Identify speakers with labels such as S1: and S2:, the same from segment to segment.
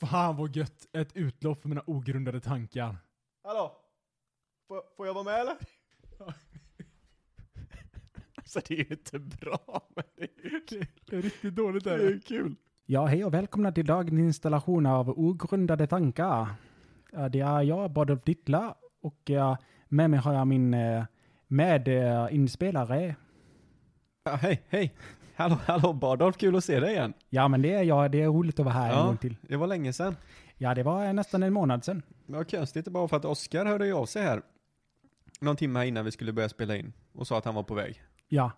S1: Fan vad gött! Ett utlopp för mina ogrundade tankar.
S2: Hallå? Får, får jag vara med eller?
S3: Alltså det är ju inte bra, men det är ju kul.
S1: Det är riktigt dåligt
S3: Det är ju kul.
S4: Ja, hej och välkomna till dagens installation av Ogrundade tankar. Eh, Det är jag, Badulf Dittla, och eh, med mig har jag min eh, medinspelare.
S3: Ja, hej, hej. Hallå, hallå Bardolf, kul att se dig igen.
S4: Ja, men det är jag. Det är roligt att vara här en
S3: Ja.
S4: gång till.
S3: Det var länge sedan.
S4: Ja, det var eh, nästan en månad sedan.
S3: Det var konstigt bara för att Oskar hörde ju av sig här någon timme här innan vi skulle börja spela in och sa att han var på väg.
S4: Ja,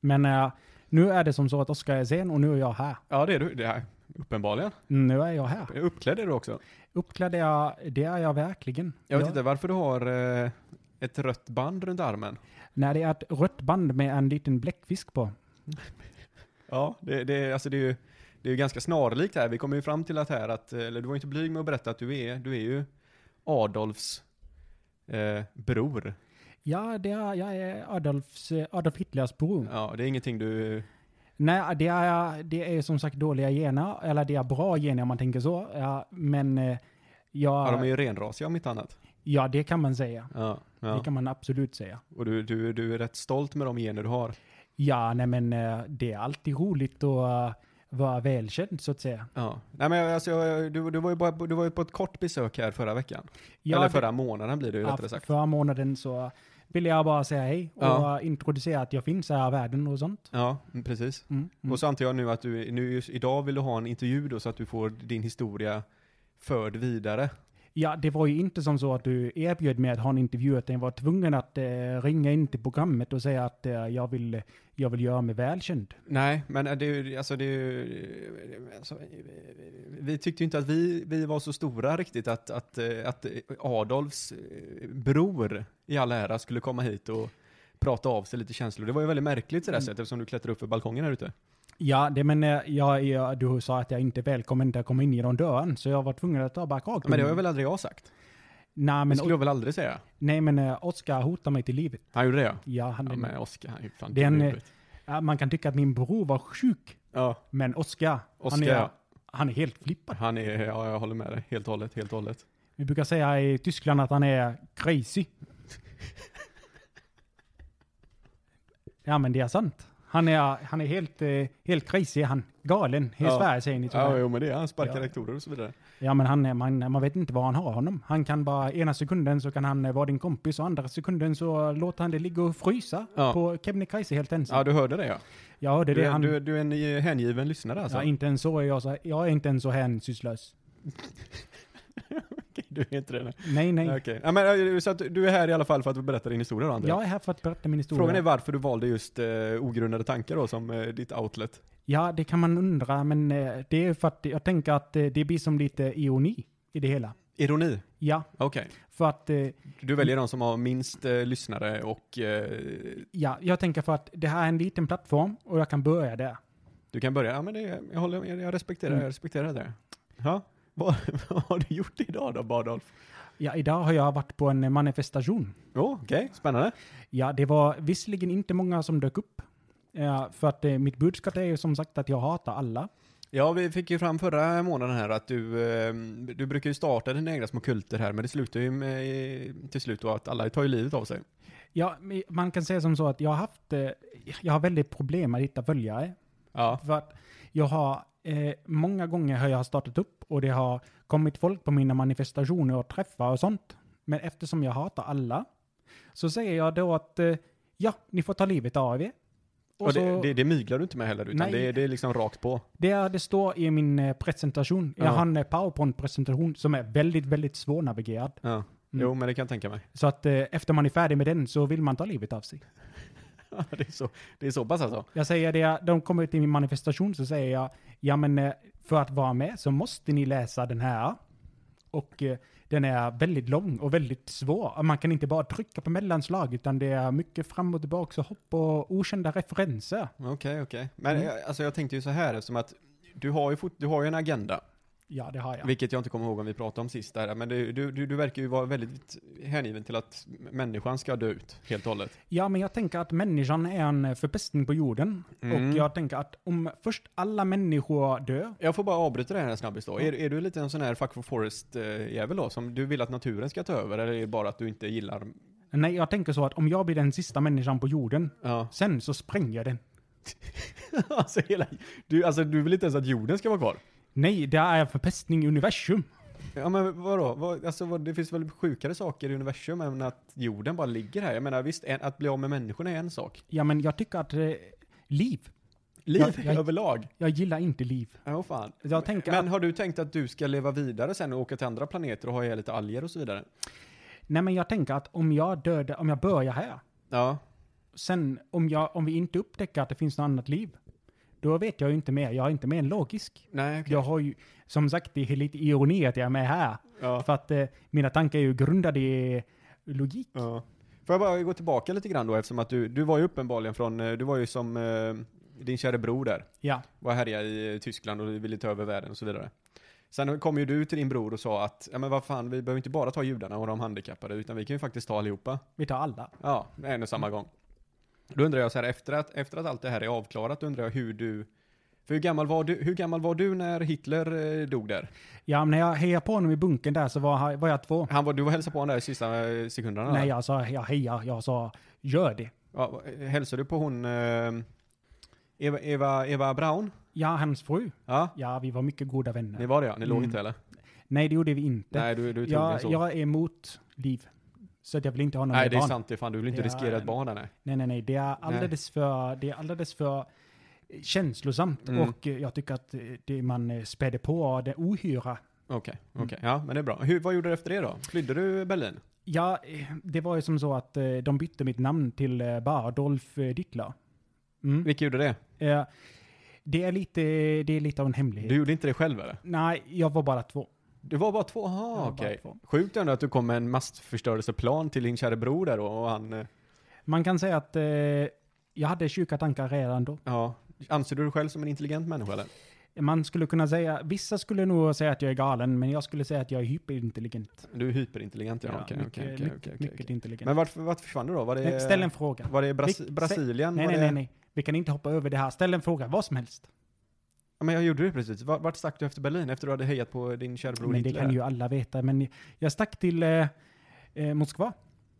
S4: men eh, nu är det som så att Oskar är sen och nu är jag här. Mm,
S3: Ja, det är du. Det är uppenbarligen.
S4: Nu är jag här.
S3: Uppklädd är du också.
S4: Uppklädd är jag, det är jag verkligen.
S3: Jag vet inte varför du har eh, ett rött band runt armen.
S4: När det är ett rött band med en liten bläckfisk på.
S3: Ja, det, det, alltså det är ju det är ju ganska snarlikt här. Vi kommer ju fram till att här att, eller du var ju inte blyg med att berätta att du är, du är ju Adolfs eh, bror.
S4: Ja, det är, jag är Adolfs, Adolf Hitlers bror.
S3: Ja, det är ingenting du...
S4: Nej, det är, det är som sagt dåliga gener, eller det är bra gener om man tänker så. Ja, men eh,
S3: Ja, de
S4: ja,
S3: är ju renrasiga om inte annat.
S4: ja, det kan man säga.
S3: Ja,
S4: Det
S3: ja.
S4: kan man absolut säga.
S3: Och du, du, du är rätt stolt med de gener du har.
S4: Ja, nej men eh, det är alltid roligt att eh, vara välkänd så att säga.
S3: Ja. Nej men jag- alltså, jag- du, du, var ju bara, du var ju på ett kort besök här förra veckan.
S4: Ja,
S3: Eller
S4: det-
S3: förra månaden blir det ju
S4: ja,
S3: rättare sagt.
S4: förra månaden så ville jag bara säga hej och
S3: Ja.
S4: eh, introducera att jag finns här i världen och sånt.
S3: Ja, mm, precis.
S4: Mm, mm.
S3: Och så antar jag nu att du, nu just idag vill du ha en intervju då så att du får din historia förd vidare.
S4: Ja, det var ju inte som så att du erbjöd mig att ha en intervju, utan jag var tvungen att eh, ringa in till programmet och säga att eh, jag, vill, jag vill göra mig välkänd.
S3: Nej, men det är ju, alltså det är ju, alltså, vi tyckte ju inte att vi, vi var så stora riktigt att, att, eh, att Adolfs eh, bror i all ära skulle komma hit och prata av sig lite känslor. Det var ju väldigt märkligt sådär
S4: Mm.
S3: sättet eftersom du klättrar upp för balkongen här ute.
S4: Ja, det, men eh, jag, jag, du sa att jag inte är välkommen till att komma in genom dörren, så jag var tvungen att ta bara rakt
S3: Men det har
S4: in.
S3: väl aldrig jag sagt?
S4: Nej,
S3: Det
S4: men,
S3: skulle jag väl aldrig säga?
S4: nej, men eh, Oskar hotar mig till livet.
S3: Han gjorde det ja.
S4: Ja, han,
S3: ja men Oskar, han är ju fan
S4: Den,
S3: dum i
S4: eh,
S3: huvudet.
S4: ja, man kan tycka att min bror var sjuk,
S3: Ja,
S4: men Oskar, han,
S3: Oskar,
S4: är-
S3: ja.
S4: han är helt flippad.
S3: han är, ja jag håller med dig, helt och hållet, helt och hållet.
S4: Vi brukar säga i Tyskland att han är crazy. ja, men det är sant. Han är, han är helt, eh, helt crazy, är han. Galen. I
S3: Ja.
S4: Sverige säger ni så.
S3: Ja,
S4: här.
S3: jo men det är han, sparkar
S4: Ja.
S3: rektorer och så vidare.
S4: Ja, men han, är- man, man vet inte var han har honom. Han kan bara, ena sekunden så kan han eh, vara din kompis och andra sekunden så låter han det ligga och frysa
S3: Ja.
S4: på Kebnekaise helt ensam.
S3: Ja, du hörde det ja.
S4: jag hörde
S3: Du,
S4: det.
S3: är-
S4: Han,
S3: du, är- du är en eh, hängiven lyssnare alltså?
S4: ja, inte ens så är jag, så, jag är inte ens så hänsynslös.
S3: Okej, du är inte det. nej.
S4: Nej, nej.
S3: Okej. Ja, men, eh, så att du är här i alla fall för att berätta din historia då, André?
S4: Jag är här för att berätta min historia.
S3: Frågan är varför du valde just eh, ogrundade tankar då som eh, ditt outlet.
S4: Ja, det kan man undra, men eh, det är för att jag tänker att eh, det blir som lite ironi i det hela.
S3: Ironi?
S4: Ja,
S3: Okej.
S4: för att, eh,
S3: Du väljer de som har minst eh, lyssnare och eh,
S4: ja, jag tänker för att det här är en liten plattform och jag kan börja där.
S3: du kan börja. Ja, men det, jag, håller, jag, jag respekterar
S4: Mm.
S3: jag respekterar det. Ja. Vad, vad har du gjort idag då, Bardolf?
S4: Ja, idag har jag varit på en eh, manifestation.
S3: Jo, okej. Spännande.
S4: Ja, det var visserligen inte många som dök upp. Ja, för att eh, mitt budskap är ju som sagt att jag hatar alla.
S3: Ja, vi fick ju fram förra månaden här att du, eh, du brukar ju starta dina egna små kulter här, men det slutar ju med, till slut då att alla tar ju livet av sig.
S4: Ja, men man kan säga som så att jag har haft, eh, jag har väldigt problem med att hitta följare.
S3: Ja.
S4: För att jag har, eh, många gånger har jag startat upp och det har kommit folk på mina manifestationer och träffar och sånt. Men eftersom jag hatar alla så säger jag då att eh, ja, ni får ta livet av er. Och,
S3: Och,
S4: så,
S3: det,
S4: det,
S3: det, det myglar du inte med heller, utan
S4: Nej.
S3: det, det är liksom rakt på.
S4: är- det står i min eh, presentation. Jag
S3: Ja.
S4: har en eh, powerpoint-presentation som är väldigt, väldigt svårnavigerad.
S3: Ja. Jo, men det kan jag tänka mig.
S4: Så att eh, efter man är färdig med den så vill man ta livet av sig.
S3: det, är så, det är så pass alltså?
S4: Jag säger det, de kommer till min manifestation så säger jag, ja men eh, för att vara med så måste ni läsa den här. Och eh, den är väldigt lång och väldigt svår. Man kan inte bara trycka på mellanslag utan det är mycket fram och tillbaka och hopp och okända referenser.
S3: Mm. eh, Okej, okej. Men jag, alltså, jag tänkte ju så här, eftersom att du har ju, fort, du har ju en agenda.
S4: Ja, det har jag.
S3: Vilket jag inte kommer ihåg om vi pratade om sist där, men du, du, du, du verkar ju vara väldigt hängiven till att människan ska dö ut helt och hållet.
S4: Ja, men jag tänker att människan är en förpestning på jorden.
S3: Mm.
S4: Och jag tänker att om först alla människor dör,
S3: Jag får bara avbryta det här en snabbis då. Är, är du lite en sån här fuck for forest-jävel då, som du vill att naturen ska ta över, eller är det bara att du inte gillar...
S4: nej jag tänker så att om jag blir den sista människan på jorden,
S3: Ja.
S4: sen så spränger jag den.
S3: alltså, hela, du, alltså du vill inte ens att jorden ska vara kvar?
S4: Nej, det är förpestning i universum.
S3: Ja men vadå? Vad, alltså, vad, det finns väl sjukare saker i universum än att jorden bara ligger här? Jag menar visst, en, att bli av med människorna är en sak.
S4: Ja, men jag tycker att eh, liv,
S3: Liv
S4: Jag- jag-
S3: överlag.
S4: jag gillar inte liv.
S3: Ja, vad fan.
S4: Jag tänker
S3: men
S4: att-
S3: har du tänkt att du ska leva vidare sen och åka till andra planeter och ha ihjäl lite alger och så vidare?
S4: Nej, men jag tänker att om jag dödar, om jag börjar här,
S3: Ja.
S4: sen om, jag, om vi inte upptäcker att det finns något annat liv, då vet jag ju inte mer. Jag är inte mer än logisk.
S3: Nej, okej.
S4: Jag har ju, som sagt, det är lite ironi att jag är med här.
S3: Ja.
S4: För att eh, mina tankar är ju grundade i logik.
S3: Ja. Får jag bara gå tillbaka lite grann då eftersom att du, du var ju uppenbarligen från, eh, du var ju som eh, din kära bror där.
S4: Ja.
S3: Var härja i eh, Tyskland och ville ta över världen och så vidare. Sen kom ju du till din bror och sa att, ja men vad fan, vi behöver inte bara ta judarna och de handikappade utan vi kan ju faktiskt ta allihopa.
S4: Vi tar alla.
S3: Ja, en och
S4: Mm.
S3: samma gång. Då undrar jag så här, efter att, efter att allt det här är avklarat, då undrar jag hur du, för hur gammal var du, hur gammal var du när Hitler eh, dog där?
S4: Ja, men när jag hejade på honom i bunkern där så var, var jag två.
S3: Han var, du var hälsade på honom där i sista eh, sekunderna?
S4: Nej,
S3: där.
S4: jag sa jag hejar, jag sa gör det.
S3: Ja, hälsade du på hon eh, Eva, Eva, Eva Braun?
S4: Ja, hans fru.
S3: Ja,
S4: Ja, vi var mycket goda
S3: ni
S4: vänner.
S3: var det ja. Ni låg
S4: Mm.
S3: inte eller?
S4: Nej, det gjorde vi inte.
S3: Nej, du, du tog den
S4: jag,
S3: så.
S4: jag är emot liv. Så att jag vill inte ha någon
S3: nej,
S4: med
S3: det är
S4: barn.
S3: sant det. är Fan, du vill inte
S4: Ja,
S3: riskera ett
S4: en-
S3: barn där nej.
S4: Nej, nej, nej. Det är alldeles för, det är alldeles för känslosamt.
S3: Mm.
S4: Och eh, jag tycker att eh, det man eh, späder på det ohyra.
S3: Okej,
S4: Mm.
S3: okej. Ja, men det är bra. Hur, vad gjorde du efter det då? Flydde du Berlin?
S4: Ja, eh, det var ju som så att eh, de bytte mitt namn till eh, bara Adolf eh, Dittler. Mm.
S3: Vilka gjorde det?
S4: Eh, det, är lite, det är lite av en hemlighet.
S3: Du gjorde inte det själv eller?
S4: Nej, jag var bara två.
S3: Det var bara två? Aha,
S4: var bara
S3: okej.
S4: två.
S3: Sjukt ändå att du kom med en massförstörelseplan till din kära bror där då, och han... eh,
S4: Man kan säga att eh, jag hade sjuka tankar redan då.
S3: Ja. Anser du dig själv som en intelligent människa eller?
S4: Man skulle kunna säga, vissa skulle nog säga att jag är galen, men jag skulle säga att jag är hyperintelligent.
S3: Du är hyperintelligent ja. Okej,
S4: mycket,
S3: okej, okej,
S4: mycket,
S3: okej.
S4: mycket
S3: okej.
S4: intelligent.
S3: Men eh, varför, varför försvann du då? Var det...
S4: Nej, Ställ en fråga.
S3: Var det Bras-
S4: Vilk-
S3: Brasilien?
S4: Nej,
S3: var
S4: nej,
S3: det...
S4: nej, nej. Vi kan inte hoppa över det här. Ställ en fråga, vad som helst.
S3: Ja, men jag gjorde det precis. Var- Vart stack du efter Berlin? Efter du hade hejat på din kära bror
S4: Men det
S3: Hitler?
S4: kan ju alla veta. Men jag stack till eh, eh, Moskva.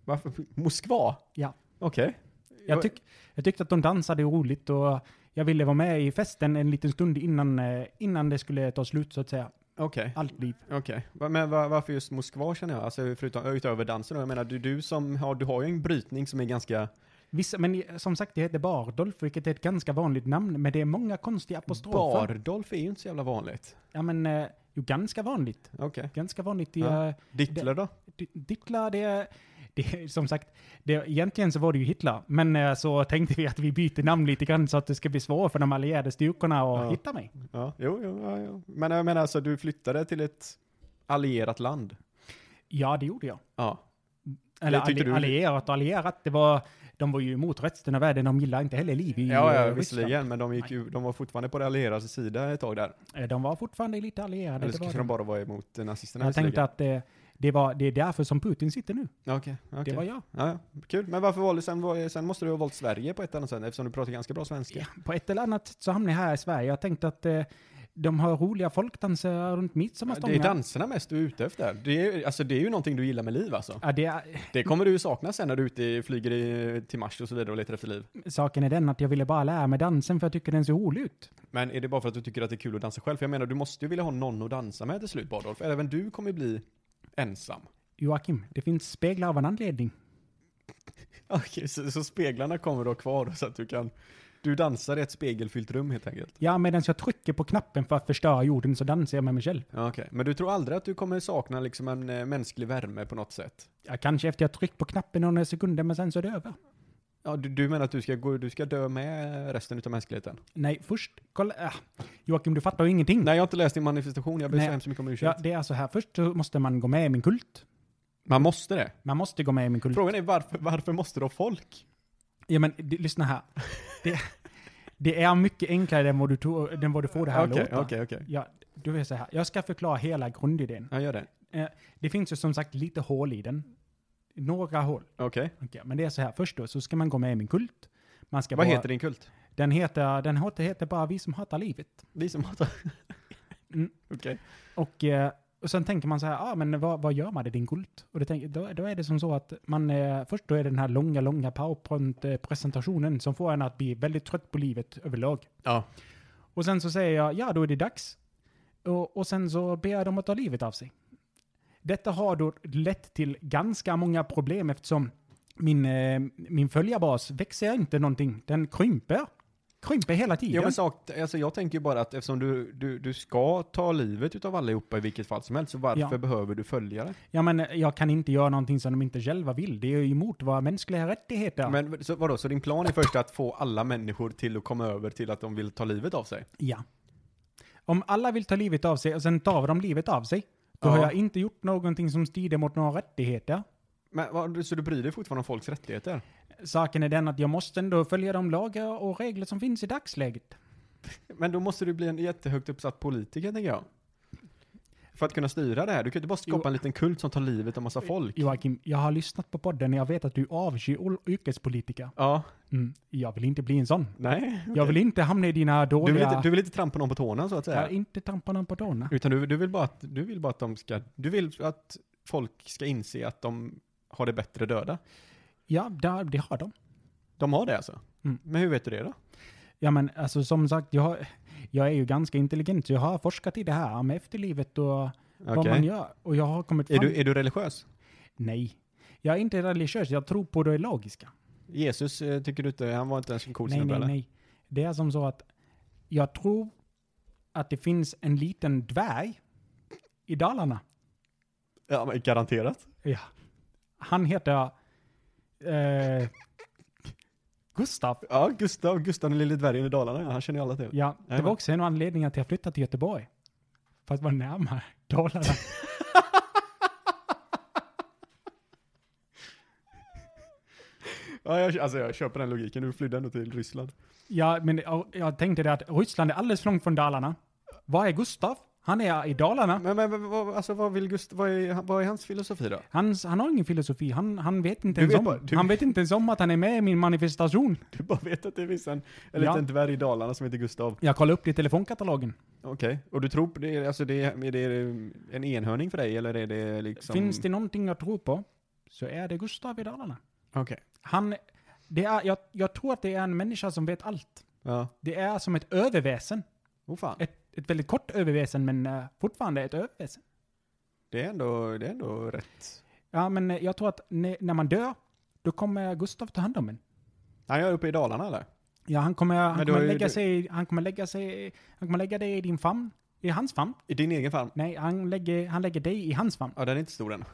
S3: Varför? Moskva?
S4: Ja.
S3: Okej.
S4: Jag, tyck, jag tyckte att de dansade roligt och jag ville vara med i festen en liten stund innan, eh, innan det skulle ta slut så att säga.
S3: Okej,
S4: Allt liv.
S3: okej. Va- Men va- varför just Moskva känner jag? Alltså förutom, utöver dansen då? Jag menar, du, du som har, du har ju en brytning som är ganska...
S4: Vissa, men eh, som sagt, det heter Bardolf, vilket är ett ganska vanligt namn, men det är många konstiga apostrofer.
S3: Bardolf är ju inte så jävla vanligt.
S4: Ja, men eh, jo, ganska vanligt.
S3: Okej.
S4: Ganska vanligt i...
S3: Ja.
S4: eh,
S3: Dittler då?
S4: D- Dittla, det är... Det, är- som sagt, det, egentligen så var det ju Hitler, men eh, så tänkte vi att vi byter namn lite grann så att det ska bli svårt för de allierade styrkorna att
S3: Ja.
S4: hitta mig.
S3: Ja, jo, jo, ja, jo. Men jag menar alltså, du flyttade till ett allierat land?
S4: Ja, det gjorde jag.
S3: Ja.
S4: Eller
S3: Det tyckte
S4: alli-
S3: du-
S4: allierat och allierat, det var... De var ju emot resten av världen, de gillar inte heller liv i
S3: Ja,
S4: eh,
S3: ja,
S4: Ryssland.
S3: visserligen, men de, gick ju, de var fortfarande på det allierade sida ett tag där.
S4: Eh, De var fortfarande lite allierade.
S3: Eller
S4: det
S3: så
S4: var
S3: kanske
S4: de.
S3: de bara var emot eh, nazisterna
S4: jag tänkte att eh, det, var, det är därför som Putin sitter nu.
S3: Ja, Okej, okej.
S4: Det var jag.
S3: Ja, ja. kul. Men varför valde sen, var- sen måste du ha valt Sverige på ett annat sätt eftersom du pratar ganska bra svenska.
S4: På ett eller annat sätt så hamnade jag här i Sverige. Jag tänkte att eh, de har roliga folkdanser runt
S3: det
S4: midsommarstången.
S3: är danserna mest du är ute efter. Det är, alltså, det är ju någonting du gillar med liv alltså.
S4: Ja, det är,
S3: Det kommer du ju sakna sen när du är ute, i- flyger i, till Mars och så vidare och letar efter liv.
S4: Saken är den att jag ville bara lära mig dansen för jag tycker den ser rolig ut.
S3: Men är det bara för att du tycker att det är kul att dansa själv? För jag menar, du måste ju vilja ha någon att dansa med till slut, Badolf. Även du kommer ju bli ensam.
S4: Joakim, det finns speglar av en anledning.
S3: Okej, så, så speglarna kommer då kvar så att du kan... Du dansar i ett spegelfyllt rum helt enkelt.
S4: Ja, medan jag trycker på knappen för att förstöra jorden så dansar jag med mig själv.
S3: Ja, Okej, men du tror aldrig att du kommer sakna liksom en eh, mänsklig värme på något sätt?
S4: Ja, kanske efter jag tryckt på knappen några sekunder, men sen så är det över.
S3: Ja, du, du menar att du ska, gå, du ska dö med resten av mänskligheten?
S4: Nej, först, kolla, äh. Joakim, du fattar ju ingenting.
S3: Nej, jag har inte läst din manifestation. Jag ber
S4: Nej.
S3: så hemskt mycket om
S4: ja,
S3: ursäkt.
S4: det är så här, först så måste man gå med i min kult.
S3: Man måste det.
S4: Man måste gå med i min kult.
S3: Frågan är varför, varför måste då folk?
S4: Ja, men det, lyssna här. Det, det är mycket enklare än vad du, tog, än vad du får det här att
S3: Okej,
S4: låta.
S3: okej, okej.
S4: Ja, Då vill jag säga här, jag ska förklara hela grundidén.
S3: Ja, gör det.
S4: Det finns ju som sagt lite hål i den. Några hål.
S3: Okej.
S4: Okej, men det är så här, först då så ska man gå med i min kult. Man ska
S3: Vad
S4: vara,
S3: heter din kult?
S4: Den heter, den heter, heter bara Vi som hatar livet.
S3: Vi som hatar...
S4: Mm.
S3: Okej.
S4: Och, eh, och sen tänker man så här, ah, men vad, vad gör man i din kult? Och det tänker, då, då är det som så att man, eh, först då är det den här långa, långa powerpoint-presentationen som får en att bli väldigt trött på livet överlag.
S3: Ja.
S4: Och sen så säger jag, ja då är det dags. Och, och sen så ber jag dem att ta livet av sig. Detta har då lett till ganska många problem eftersom min, eh, min följarbas växer inte någonting, den krymper. Krymper hela tiden.
S3: Ja, men sak, alltså jag tänker ju bara att eftersom du, du, du ska ta livet utav allihopa i vilket fall som helst, så varför
S4: Ja.
S3: behöver du följare?
S4: Ja, men jag kan inte göra någonting som de inte själva vill. Det är ju emot våra mänskliga rättigheter.
S3: Men så, vadå, så din plan är först att få alla människor till att komma över till att de vill ta livet av sig?
S4: Ja. Om alla vill ta livet av sig och sen tar de livet av sig, då har
S3: Ja.
S4: jag inte gjort någonting som strider mot några rättigheter.
S3: Men, vad- så du bryr dig fortfarande om folks rättigheter?
S4: Saken är den att jag måste ändå följa de lagar och regler som finns i dagsläget.
S3: Men då måste du bli en jättehögt uppsatt politiker, tänker jag. För att kunna styra det här. Du kan ju inte bara skapa
S4: Jo.
S3: en liten kult som tar livet av massa folk.
S4: Joakim, jag har lyssnat på podden och jag vet att du avskyr ol- yrkespolitiker.
S3: Ja,
S4: Mm. Jag vill inte bli en sån.
S3: nej.
S4: Jag vill inte hamna i dina
S3: Du
S4: dåliga...
S3: vill, inte, du vill inte trampa någon på tårna, så att
S4: Jag
S3: säga.
S4: vill inte trampa någon på tårna.
S3: Utan du, du, vill bara att, du vill bara att de ska, du vill att folk ska inse att de har det bättre döda.
S4: Ja, där, det har de.
S3: De har det alltså?
S4: Mm.
S3: Men hur vet du det då?
S4: Ja men alltså som sagt, jag, har- jag är ju ganska intelligent så jag har forskat i det här med efterlivet och vad
S3: Okej.
S4: man gör. Och jag har kommit fram...
S3: Är du, är du religiös?
S4: Nej. Jag är inte religiös, jag tror på det logiska.
S3: Jesus eh, tycker du inte, han var inte ens en cool
S4: nej,
S3: snubbe
S4: nej,
S3: eller?
S4: nej. Det är som så att jag tror att det finns en liten dvärg i Dalarna.
S3: Ja, men garanterat.
S4: Ja. Han heter... Eh, Gustav.
S3: Ja, Gustav, Gustav den lille dvärgen i Dalarna, ja, han känner ju alla till.
S4: Ja, det
S3: Jajamän.
S4: var också en anledning att jag flyttade till Göteborg. För att vara närmare Dalarna.
S3: Ja, jag, alltså jag köper den logiken, du flydde ändå till Ryssland.
S4: Ja, men jag, jag tänkte det att Ryssland är alldeles för långt från Dalarna. Var är Gustav? Han är i Dalarna.
S3: Men, men, men vad, alltså, vad, vill Gust, vad, är, vad är hans filosofi då?
S4: Han, han har ingen filosofi. Han, han vet inte
S3: Du
S4: ens
S3: vet
S4: om.
S3: bara- du-
S4: Han vet inte ens om att han är med i min manifestation.
S3: Du bara vet att det finns en, en
S4: Ja.
S3: liten dvärg i Dalarna som heter Gustav.
S4: Jag kollar upp det i telefonkatalogen.
S3: Okej, och du tror på det, alltså det, är det en enhörning för dig eller är det liksom?
S4: Finns det någonting jag tror på så är det Gustav i Dalarna.
S3: Okej.
S4: Han, det är, jag, jag tror att det är en människa som vet allt.
S3: Ja.
S4: Det är som ett överväsen.
S3: Oh fan.
S4: Ett, ett väldigt kort överväsen men eh, fortfarande ett överväsen.
S3: Det är ändå, det är ändå rätt.
S4: Ja, men eh, jag tror att när, när man dör, då kommer Gustav ta hand om en.
S3: Han är uppe i Dalarna eller?
S4: Ja, han kommer, han
S3: Men då
S4: kommer
S3: är
S4: lägga
S3: du-
S4: sig, han kommer lägga sig, han kommer lägga dig i din famn. I hans famn?
S3: I din egen farm?
S4: Nej, han lägger, han lägger dig i hans famn.
S3: Ja, den är inte stor än.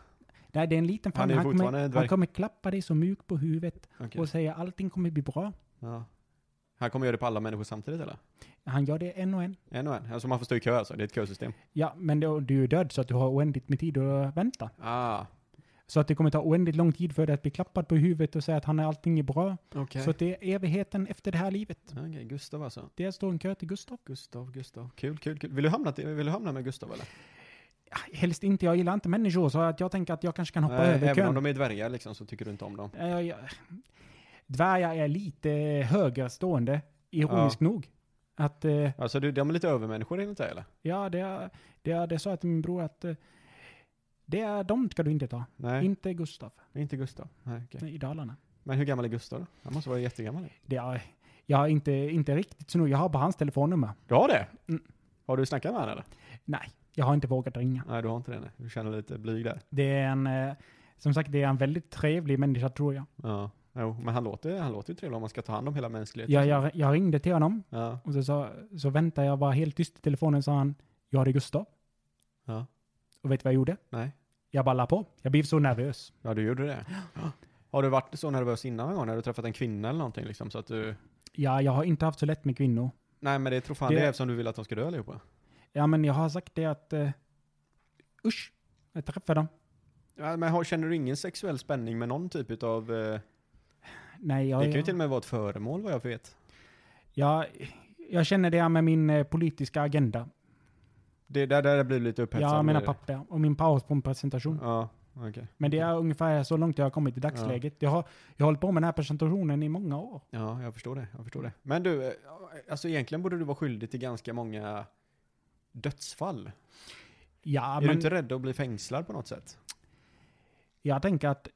S4: Nej, det är en liten famn.
S3: Han är fortfarande en
S4: kommer,
S3: dvärg.
S4: han kommer klappa dig så mjukt på huvudet
S3: Okej.
S4: och säga allting kommer bli bra.
S3: Ja. Han kommer göra det på alla människor samtidigt eller?
S4: Han gör det en och en.
S3: En och en. Alltså man får stå i kö alltså, det är ett kösystem.
S4: Ja, men då, du är död så att du har oändligt med tid att vänta.
S3: Ah,
S4: Så att det kommer ta oändligt lång tid för dig att bli klappad på huvudet och säga att han är allting är bra.
S3: okej.
S4: Så att det är evigheten efter det här livet.
S3: Okej, Gustav alltså.
S4: Det står en kö till Gustav.
S3: Gustav, Gustav. Kul, kul, kul. Vill du hamna, till, vill du hamna med Gustav eller?
S4: Ja, Helst inte, jag gillar inte människor så att jag tänker att jag kanske kan hoppa
S3: Nej,
S4: över
S3: Eh, även
S4: kön.
S3: om de är dvärgar liksom så tycker du inte om dem.
S4: Ja, ja, ja. Dvärgar är lite högerstående, ironiskt nog. Att, eh,
S3: Alltså du, de är lite övermänniskor enligt dig eller?
S4: ja, det, är- det, är- det sa jag till min bror att eh, det är de ska du inte ta.
S3: Nej,
S4: Inte Gustav
S3: inte Gustav. Nej, okej.
S4: i Dalarna.
S3: Men hur gammal är Gustav då? Han måste vara jättegammal.
S4: Det är, jag är inte, inte riktigt så nog. Jag har bara hans telefonnummer.
S3: Du har det?
S4: Mm.
S3: Har du snackat med honom eller?
S4: Nej, jag har inte vågat ringa.
S3: Nej, du har inte det nej. Du känner dig lite blyg där.
S4: Det är en, eh, som sagt, det är en väldigt trevlig människa tror jag.
S3: Ja. Jo, men han låter, han låter ju trevlig om man ska ta hand om hela mänskligheten.
S4: Jag, jag, jag ringde till honom
S3: Ja.
S4: och så, sa, så väntade jag bara helt tyst i telefonen sa han, ja det är Gustav.
S3: Ja.
S4: Och vet du vad jag gjorde?
S3: Nej.
S4: Jag bara la på. Jag blev så nervös.
S3: Ja, du gjorde det. Har du varit så nervös innan någon gång? När du träffat en kvinna eller någonting liksom? Så att du...
S4: Ja, jag har inte haft så lätt med kvinnor.
S3: Nej, men det tror fan
S4: Det-
S3: det, är eftersom du vill att de ska dö allihopa.
S4: Ja, men jag har sagt det att... Uh, usch, jag träffar dem.
S3: Ja, men har, känner du ingen sexuell spänning med någon typ utav... Eh,
S4: Nej,
S3: det
S4: jag,
S3: kan ju till och
S4: jag,
S3: med vara ett föremål vad jag vet.
S4: jag, jag känner det här med min eh, politiska agenda.
S3: Det där, där blir du lite upphetsad.
S4: Jag menar
S3: med det.
S4: papper och min paus på en presentation.
S3: Ja, okej.
S4: Men det är ungefär så långt jag har kommit i dagsläget. Jag, har, jag har hållit på med den här presentationen i många år.
S3: Ja, jag förstår det. Jag förstår det. Men du, eh, alltså egentligen borde du vara skyldig till ganska många dödsfall.
S4: Ja,
S3: är
S4: men
S3: du inte rädd att bli fängslad på något sätt?
S4: jag tänker att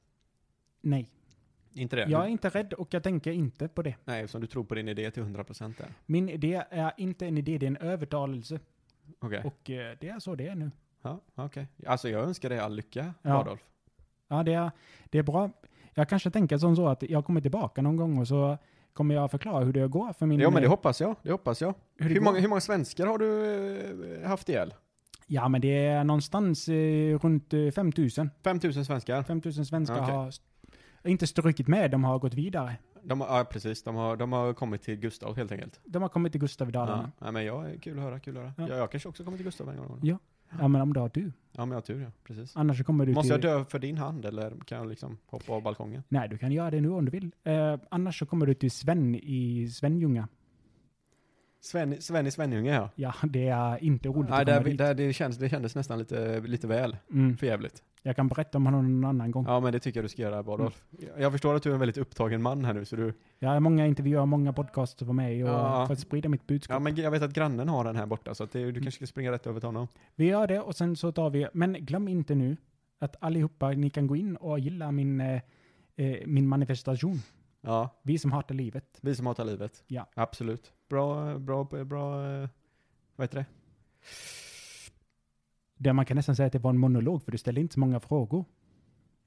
S4: nej.
S3: Inte det?
S4: Jag är inte rädd och jag tänker inte på det.
S3: Nej, eftersom du tror på din idé till 100% där.
S4: Min idé är inte en idé, det är en övertalelse.
S3: Okej.
S4: Och eh, det är så det är nu.
S3: Ja, okej. Alltså jag önskar dig all lycka,
S4: Ja.
S3: Adolf.
S4: Ja, det är, det är bra. Jag kanske tänker som så att jag kommer tillbaka någon gång och så kommer jag förklara hur det går för min... eh,
S3: Ja, men det hoppas jag. Det hoppas jag.
S4: hur det
S3: Hur
S4: går.
S3: många, hur många svenskar har du eh, haft ihjäl?
S4: Ja, men det är någonstans eh, runt eh, 5000.
S3: 5000 svenskar.
S4: 5000 svenskar
S3: Okej.
S4: har st- inte strukit med, de har gått vidare.
S3: De har, ja, precis. De har, de har kommit till Gustav helt enkelt.
S4: De har kommit till Gustav i
S3: Ja,
S4: Dalarna.
S3: ja, men jag, kul att höra, kul att höra.
S4: Ja.
S3: Ja. Jag kanske också kommer till Gustav en gång.
S4: Ja. Ja, men om det har du.
S3: Ja, men jag har tur ja. Precis.
S4: Annars så kommer du
S3: Måste jag
S4: till...
S3: dö för din hand eller kan jag liksom hoppa av balkongen?
S4: Nej, du kan göra det nu om du vill. Eh, annars så kommer du till Sven i Svenljunga.
S3: Sven, Sven i Svenljunga ja.
S4: Ja, det är inte roligt
S3: Nej,
S4: att komma
S3: där,
S4: dit.
S3: där, det, känns, det kändes nästan lite, lite väl
S4: Mm.
S3: för jävligt.
S4: Jag kan berätta om honom någon annan gång.
S3: Ja, men det tycker jag du ska göra, Adolf. Mm. Jag förstår att du är en väldigt upptagen man här nu, så du...
S4: Jag har många intervjuer, många podcaster för mig och
S3: Ja.
S4: för att sprida mitt budskap.
S3: Ja, men jag vet att grannen har den här borta, så att det, du kanske ska springa rätt över till honom.
S4: Vi gör det och sen så tar vi, men glöm inte nu att allihopa ni kan gå in och gilla min, eh, eh, min manifestation.
S3: Ja,
S4: Vi som hatar livet.
S3: vi som hatar livet.
S4: Ja.
S3: Absolut. Bra, bra, bra, eh, vad heter det?
S4: Där man kan nästan säga att det var en monolog för du ställer inte så många frågor.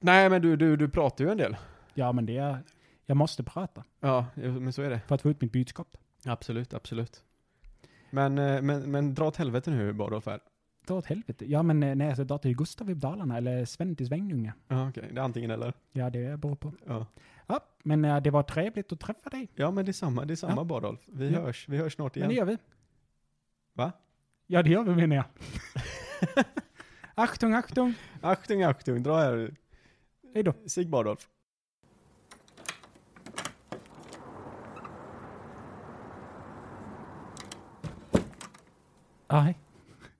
S3: Nej, men du, du, du pratar ju en del.
S4: Ja men det är, jag måste prata
S3: Ja, jo, men så är det.
S4: för att få ut mitt budskap.
S3: Absolut, absolut. Men, eh, men, men dra åt helvete nu, Badolf här.
S4: Dra åt helvete. Ja men eh, nej, alltså dra till Gustav i Dalarna eller Sven till Svenljunga.
S3: Ja, okej. Det är antingen eller.
S4: Ja det beror på.
S3: Ja,
S4: Ja, men eh, det var trevligt att träffa dig.
S3: ja men det är samma, det är samma Badolf. Vi
S4: Ja.
S3: hörs, vi hörs snart
S4: Men
S3: igen.
S4: det gör vi.
S3: Va?
S4: Ja det gör vi menar jag. Achtung, Achtung.
S3: Achtung, achtung, dra här.
S4: Hej då.
S3: Sig Badolf.
S4: Ja, hej.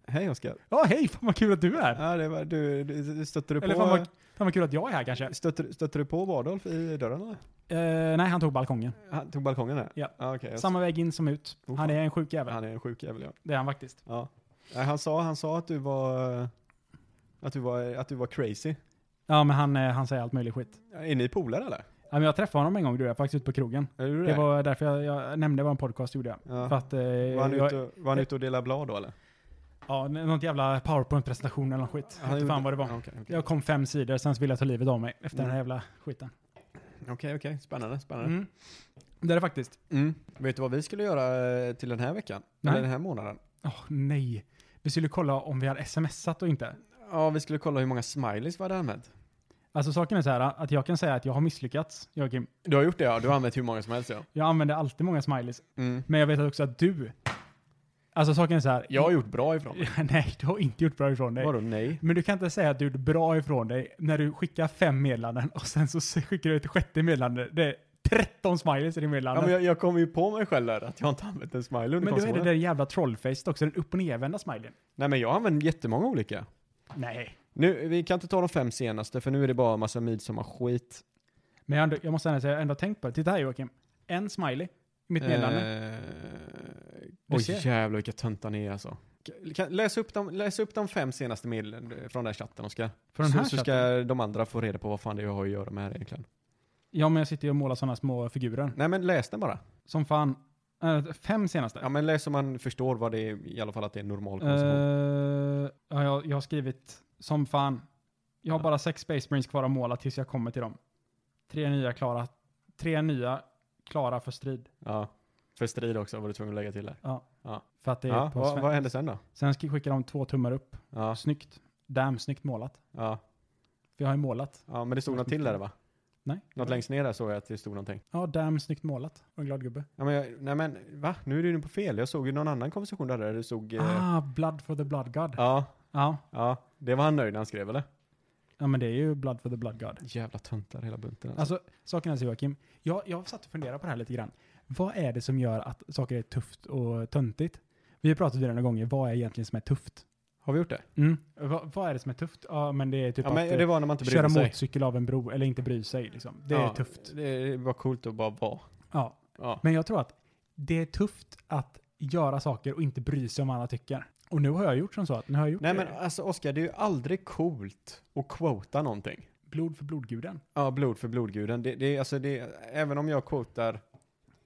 S3: Hej Oskar.
S4: Ja, hej! Fan vad kul att du är här.
S3: Ja, det var, du, du, du- stötte du
S4: Eller
S3: på,
S4: fan vad, fan vad kul att jag är här kanske.
S3: stötte, stötte du på Badolf i dörren eller?
S4: Eh, nej, han tog balkongen.
S3: Han tog balkongen där?
S4: Ja.
S3: Ah, okej. jag-
S4: Samma väg in som ut.
S3: Oh,
S4: han
S3: fan.
S4: är en sjuk jävel.
S3: Han är en sjuk jävel ja.
S4: Det är han faktiskt.
S3: Ja. Nej, han, sa, han sa att du var... Att du var, att du var crazy.
S4: Ja, men han, eh, han säger allt möjligt skit.
S3: Är ni polare eller?
S4: Ja, men jag träffade honom en gång, du, jag var faktiskt ute på krogen.
S3: Är du det?
S4: Det var därför jag, jag nämnde vad en podcast gjorde jag.
S3: Ja.
S4: För att... Eh,
S3: var, han
S4: jag,
S3: ute, var han ute och delade blad då eller?
S4: ja, n- något jävla powerpoint-presentation eller något skit. Jag vet inte fan vad det var.
S3: Ja, Mm. Okej, okej.
S4: Jag kom fem sidor, sen så ville jag ta livet av mig efter den här jävla skiten.
S3: Okej, okej. Spännande, spännande.
S4: Mm. Det är det faktiskt.
S3: Mm. Vet du vad vi skulle göra eh, till den här veckan?
S4: Nej.
S3: Eller den här månaden?
S4: Åh, nej. Vi skulle kolla om vi hade smsat och inte.
S3: Ja, vi skulle kolla hur många smileys vi hade använt.
S4: Alltså saken är så här att jag kan säga att jag har misslyckats, jag och Kim.
S3: Du har gjort det ja, du har använt hur många som helst ja.
S4: Jag använder alltid många smileys.
S3: Mm.
S4: Men jag vet också att du... Alltså saken är så här...
S3: Jag har gjort bra ifrån mig.
S4: Nej, du har inte gjort bra ifrån dig.
S3: Vadå nej?
S4: Men du kan inte säga att du gjorde bra ifrån dig när du skickar fem meddelanden och sen så skickar du ett sjätte meddelande. Det är 13 smileys i det
S3: Ja,
S4: meddelandet.
S3: men
S4: men
S3: jag, jag kom ju på mig själv där att jag inte använt en smiley
S4: då
S3: under
S4: är det
S3: konsumtionen.
S4: den jävla trollfacet också, den upp och nervända smileyn.
S3: Nej men jag använder jättemånga olika.
S4: Nej.
S3: Nu, vi kan inte ta de fem senaste för nu är det bara massa midsommarskit.
S4: Men jag, ändå, jag måste ändå säga, jag har ändå tänkt på det. Titta här Joakim. En smiley i mitt meddelande.
S3: Eh,
S4: Du
S3: Oj
S4: ser.
S3: jävlar vilka töntar ni är alltså. Kan- Kan, läs, upp de, läs upp de fem senaste meddelandena från den här chatten Oskar.
S4: Från den här
S3: så, så
S4: chatten.
S3: ska de andra få reda på vad fan det är jag har att göra med här egentligen.
S4: Ja, men jag sitter ju och målar sådana små figurer.
S3: Nej men läs den bara.
S4: Som fan. Eh, fem senaste.
S3: Ja men läs så man förstår vad det är, i alla fall att det är normal konsumtion.
S4: Eh, ja, jag, jag har skrivit som fan. Jag har bara sex Space Marines kvar att måla tills jag kommer till dem. Tre nya klara. Tre nya klara för strid.
S3: Ja. För strid också var du tvungen att lägga till där.
S4: För att det är
S3: Ja,
S4: på
S3: vad,
S4: sven-
S3: vad hände sen då?
S4: Sen sk- skickar de två tummar upp.
S3: Ja,
S4: Snyggt. Damn, snyggt målat.
S3: ja,
S4: För jag har ju målat.
S3: ja men det stod något till där va?
S4: Nej.
S3: Något längst ner där såg jag att det stod någonting.
S4: Ja, damn, snyggt målat. Och en glad gubbe.
S3: Ja, men jag, nej men va? Nu är du inne på fel. Jag såg ju någon annan konversation där, där du såg... Eh,
S4: Ah, blood for the blood god. Ja.
S3: ja,
S4: ja.
S3: ja. Det var han nöjd när han skrev eller?
S4: men det är ju blood for the blood god.
S3: Jävla töntar hela bunten alltså.
S4: Alltså, saken är så Joakim. Jag, jag satt och funderade på det här lite grann. Vad är det som gör att saker är tufft och töntigt? Vi har pratat om det några gånger. Vad är egentligen som är tufft?
S3: Har vi gjort det?
S4: Mm. Va, vad är det som är tufft? Ja, men det är typ
S3: Ja,
S4: att
S3: men
S4: eh,
S3: det var när man inte
S4: köra
S3: brydde sig.
S4: motorcykel av en bro, eller inte bry sig. Liksom. Det
S3: Ja,
S4: är tufft.
S3: Det var coolt att bara vara.
S4: Ja.
S3: Ja.
S4: Men jag tror att det är tufft att göra saker och inte bry sig om vad alla tycker. Och nu har jag gjort som så att nu har jag gjort
S3: Nej
S4: det.
S3: men alltså Oskar, det är ju aldrig coolt att quota någonting.
S4: Blod för blodguden.
S3: Ja, blod för blodguden. Det, det, är- alltså, det, är- även om jag quotar,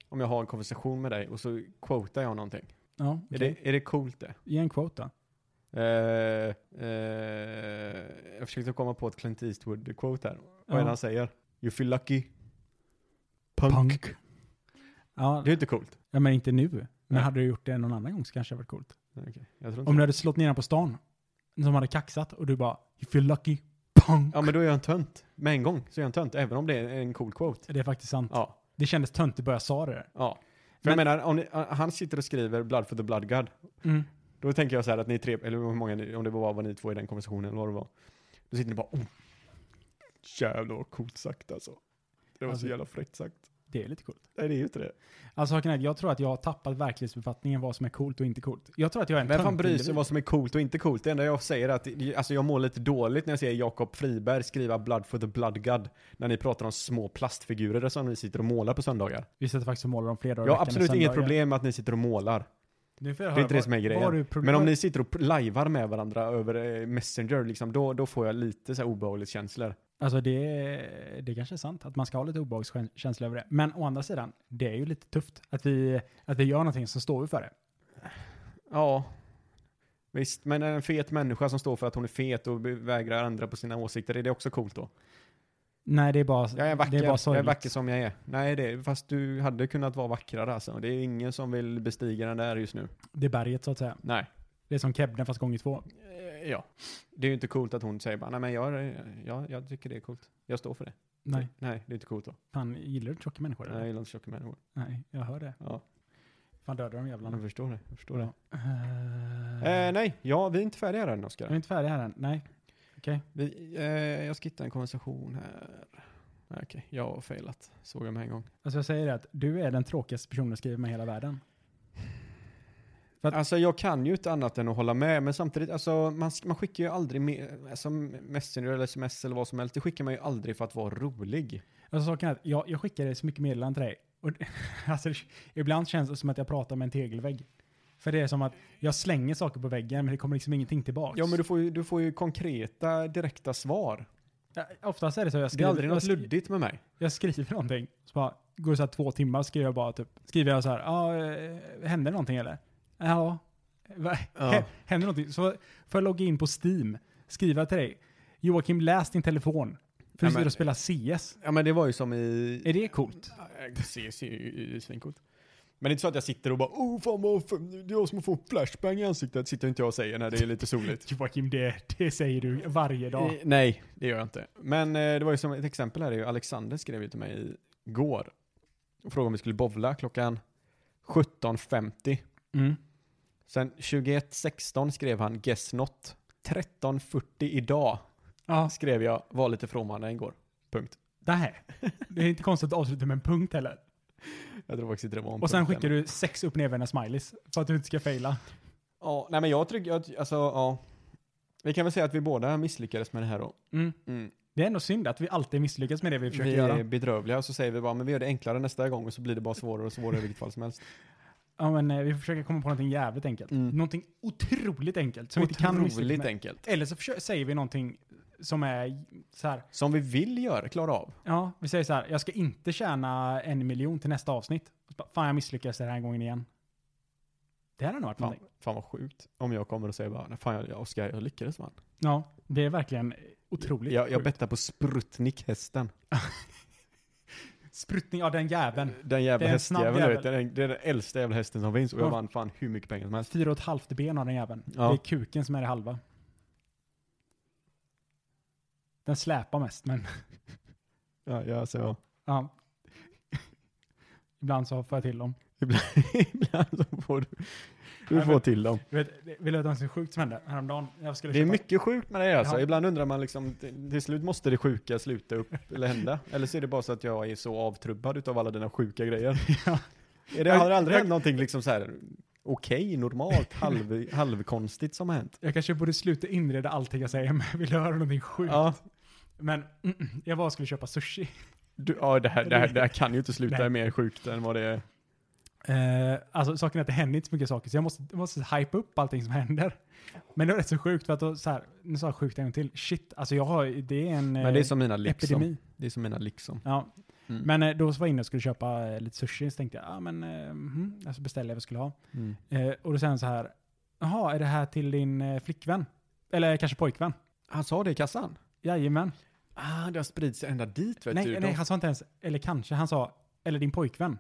S3: om jag har en konversation med dig och så quotar jag någonting.
S4: Ja,
S3: Är,
S4: okej.
S3: det, är det coolt det?
S4: Ge en quote då.
S3: Eh, eh, jag försökte komma på ett Clint Eastwood-quote här. Vad är
S4: Ja.
S3: det han säger? You feel lucky. Punk.
S4: Punk. Ja,
S3: Det är inte coolt.
S4: ja, men inte nu. Men
S3: Nej.
S4: hade du gjort det någon annan gång så kanske det hade varit coolt.
S3: Okej, Jag tror inte
S4: Om du
S3: det.
S4: hade slått ner den på stan, som hade kaxat, och du bara “You feel lucky, punk”.
S3: Ja men då är jag en tönt. Med en gång så är jag en tönt, även om det är en cool quote.
S4: Det är faktiskt sant.
S3: Ja.
S4: Det kändes töntigt bara jag sa det. där.
S3: Ja. För jag menar, om ni, han sitter och skriver Blood for the Blood God.
S4: Mm.
S3: Då tänker jag så här att ni tre, eller hur många, ni- om det bara var ni två i den konversationen eller vad det var. Då sitter ni bara oh, jävlar vad coolt sagt alltså. Det var
S4: Alltså-
S3: så jävla fräckt sagt.
S4: Det är lite coolt.
S3: Nej det är ju inte det.
S4: Alltså saken är att jag tror att jag har tappat verklighetsbefattningen vad som är coolt och inte coolt. Jag tror att jag är en
S3: Vem fan
S4: tönt
S3: bryr sig
S4: individ.
S3: vad som är coolt och inte coolt? Det enda jag säger är att alltså, jag mår lite dåligt när jag ser Jakob Friberg skriva Blood for the Blood God. När ni pratar om små plastfigurer som ni sitter och målar på söndagar.
S4: Vi sätter faktiskt och målar om flera dagar i
S3: Jag har
S4: veckan
S3: absolut
S4: än
S3: inget
S4: söndagar.
S3: problem med att ni sitter och målar.
S4: Nu får jag
S3: Det är
S4: höra
S3: inte det
S4: vad-
S3: som är
S4: vad har du
S3: grejen.
S4: problem-
S3: Men om ni sitter och lajvar med varandra över eh, Messenger, liksom, då, då får jag lite så här obehagligt känslor.
S4: Alltså det, är- det kanske är sant att man ska ha lite obehagskänsla över det. Men å andra sidan, det är ju lite tufft att vi, att vi gör någonting som står vi för det.
S3: Ja, visst. Men en fet människa som står för att hon är fet och be- vägrar ändra på sina åsikter, är det också coolt då?
S4: Nej, det är bara
S3: Jag är vacker,
S4: Det är bara
S3: jag är
S4: sorgligt.
S3: vacker som jag är. Nej, det är, fast du hade kunnat vara vackrare alltså. Det är ingen som vill bestiga den där just nu.
S4: Det är berget så att säga.
S3: Nej.
S4: Det är som Kebne fast gånger två.
S3: Eh, Ja. Det är ju inte coolt att hon säger bara, nej men jag, är- jag, jag tycker det är coolt. Jag står för det.
S4: Nej,
S3: Nej, det är inte coolt då.
S4: fan gillar du tjocka människor?
S3: Nej, jag gillar inte tjocka människor.
S4: Nej, jag hör det.
S3: Ja,
S4: Fan döda de jävlarna.
S3: jag förstår det. Jag förstår det.
S4: Eh,
S3: Eh, nej, Mm. ja, vi är inte färdiga här än
S4: Jag är
S3: Oskar.
S4: inte färdig här än. Nej. Okej.
S3: Vi, eh, jag ska hitta en konversation här. Nej, Okej, jag har failat. Såg jag mig en gång.
S4: Alltså jag säger det att du är den tråkigaste personen att skriva med i hela världen. Att-
S3: Alltså jag kan ju inte annat än att hålla med, men samtidigt, alltså man, man skickar ju aldrig med, alltså, Messenger eller sms eller vad som helst, det skickar man ju aldrig för att vara rolig.
S4: Alltså saken är att jag, jag skickade så mycket meddelanden till dig. Och, alltså, ibland känns det som att jag pratar med en tegelvägg. För det är som att jag slänger saker på väggen men det kommer liksom ingenting tillbaks.
S3: Ja men du får ju, du får ju konkreta, direkta svar.
S4: Ja, Oftast är det så jag
S3: Det är
S4: skriver,
S3: aldrig något
S4: jag, skri-
S3: luddigt med mig.
S4: jag skriver någonting. Så bara, går det så här två timmar skriver jag bara typ, skriver jag så här, ja, eh, hände någonting eller? Ja. Va?
S3: Ja.
S4: Hä- Hände någonting? Så får jag logga in på Steam, skriva till dig. Joakim, läs din telefon. För du
S3: Ja,
S4: sitter
S3: men-
S4: och spelar CS.
S3: Ja men det var ju som i...
S4: Är det coolt?
S3: ses ju svincoolt. Men det är inte så att jag sitter och bara oh fan vad f- det är jag som får en flashbang i ansiktet, sitter inte jag och säger när det är lite soligt.
S4: Joakim, det, det säger du varje dag.
S3: Eh, Nej, det gör jag inte. Men eh, det var ju som ett exempel här, är ju Alexander skrev ju till mig igår och frågade om vi skulle bovla klockan 17.50.
S4: Mm.
S3: Sen 21.16 skrev han guess not. 13.40 idag
S4: Ja,
S3: skrev jag var lite frånvarande igår. Punkt.
S4: det här. Det är inte konstigt att avsluta med en punkt heller.
S3: Jag tror faktiskt inte det var en
S4: Och sen
S3: punkt
S4: skickar
S3: än.
S4: du sex upp nedvända smileys för att du inte ska fejla.
S3: Ja, nej men jag tycker, jag- alltså ja. Vi kan väl säga att vi båda misslyckades med det här då. Mm.
S4: Det är ändå synd att vi alltid misslyckas med det vi försöker
S3: Vi är
S4: göra.
S3: bedrövliga och så säger vi bara men vi gör det enklare nästa gång och så blir det bara svårare och svårare i vilket fall som helst.
S4: Ja, men eh, vi försöker komma på någonting jävligt enkelt.
S3: Mm.
S4: Någonting otroligt enkelt som vi inte kan misslyckas
S3: Otroligt
S4: med.
S3: enkelt.
S4: Eller så försö- säger vi någonting som är så här.
S3: Som vi vill göra, klara av.
S4: Ja, vi säger så här. Jag ska inte tjäna en miljon till nästa avsnitt. Och så bara, Fan, jag misslyckas den här gången igen. Det här har nog varit
S3: Fan,
S4: någonting.
S3: fan vad sjukt. Om jag kommer och säger bara, nej, fan jag- jag, Oskar, jag lyckades man.
S4: Ja, det är verkligen otroligt
S3: Jag, jag
S4: sjukt.
S3: bettar på Sprutnik hästen.
S4: Spruttning av den jäveln.
S3: Den jävla
S4: Det är en snabb
S3: hästjäveln du vet. Det är
S4: jävel.
S3: den, det är den äldsta jävla hästen som finns och jag
S4: Ja.
S3: vann fan hur mycket pengar som helst.
S4: Fyra och ett halvt ben har den jäveln.
S3: Ja.
S4: Det är kuken som är det halva. Den släpar mest, men
S3: Ja, ja, alltså, ja.
S4: ja. Ibland så får jag till dem.
S3: Ibland, ibland så får du, du
S4: Nej,
S3: får
S4: men-
S3: till dem.
S4: Du vet, det- vill du veta något så sjukt som hände häromdagen? Jag skulle
S3: Det är
S4: köpa-
S3: mycket sjukt med det alltså.
S4: Ja.
S3: Ibland undrar man liksom, till till slut måste det sjuka sluta upp eller hända. Eller så är det bara så att jag är så avtrubbad utav alla dina sjuka grejer.
S4: Ja.
S3: Är det, har det aldrig hänt någonting liksom så här, okej okej, normalt, halv, halvkonstigt som har hänt.
S4: Jag kanske borde sluta inreda allting jag säger, men jag vill höra någonting sjukt.
S3: Ja,
S4: Men mm, mm, jag bara skulle köpa sushi.
S3: du, ja det, här, det, här, det här kan ju inte sluta
S4: Nej.
S3: mer sjukt än vad det är.
S4: Eh, alltså saken är att det händer inte så mycket saker, så jag måste, jag måste hypa upp allting som händer. Men det var rätt så sjukt, för att då, så här, nu sa jag sjukt en gång till. Shit, alltså jag har, det är en
S3: Men det är
S4: eh,
S3: som mina liksom.
S4: epidemi.
S3: Det är som mina liksom.
S4: Ja.
S3: Mm.
S4: Men eh, då så var jag inne och skulle köpa eh, lite sushi, så tänkte jag, ah, men, eh, mhm. alltså beställde jag vad jag skulle ha.
S3: Mm.
S4: Eh, och då säger han så här, jaha, är det här till din eh, flickvän? Eller kanske pojkvän?
S3: Han sa det i kassan?
S4: Jajamän.
S3: Ah, det har spridit sig ända dit vet du.
S4: Nej,
S3: De-
S4: nej, han sa inte ens, eller kanske, han sa, eller din pojkvän.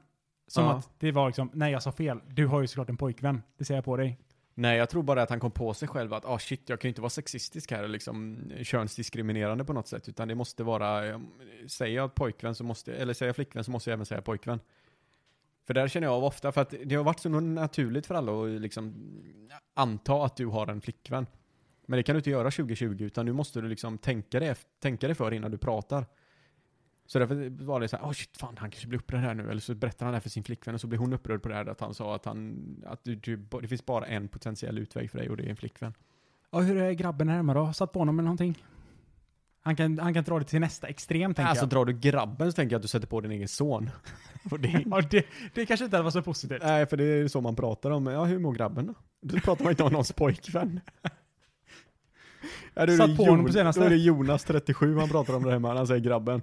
S4: Som
S3: Ja.
S4: att det var liksom, nej jag sa fel, du har ju såklart en pojkvän, det ser jag på dig.
S3: Nej, jag tror bara att han kom på sig själv att ah shit, jag kan ju inte vara sexistisk här och liksom könsdiskriminerande på något sätt, utan det måste vara, eh, säger jag pojkvän så måste, eller säger jag flickvän så måste jag även säga pojkvän. För där känner jag av ofta, för att det har varit så naturligt för alla att liksom anta att du har en flickvän. Men det kan du inte göra 2020, utan nu måste du liksom tänka dig, tänka dig för innan du pratar. Så därför var det så här, åh shit, fan han kanske blir upprörd här nu. Eller så berättar han det här för sin flickvän och så blir hon upprörd på det här att han sa att, han, att du, du, det finns bara en potentiell utväg för dig och det är en flickvän.
S4: Ja, hur är grabben här hemma då? Satt på honom eller någonting? Han kan, han kan dra det till nästa extrem, tänker
S3: alltså
S4: jag.
S3: drar du grabben så tänker jag att du sätter på din egen son. Och det,
S4: Ja, det, det kanske inte hade varit så positivt.
S3: nej, för det är så man pratar om, ja hur mår grabben då? Då pratar man inte om någons pojkvän. Ja, då är det
S4: Satt på honom på senaste.
S3: Då är det Jonas 37 han pratar om det hemma, han säger grabben.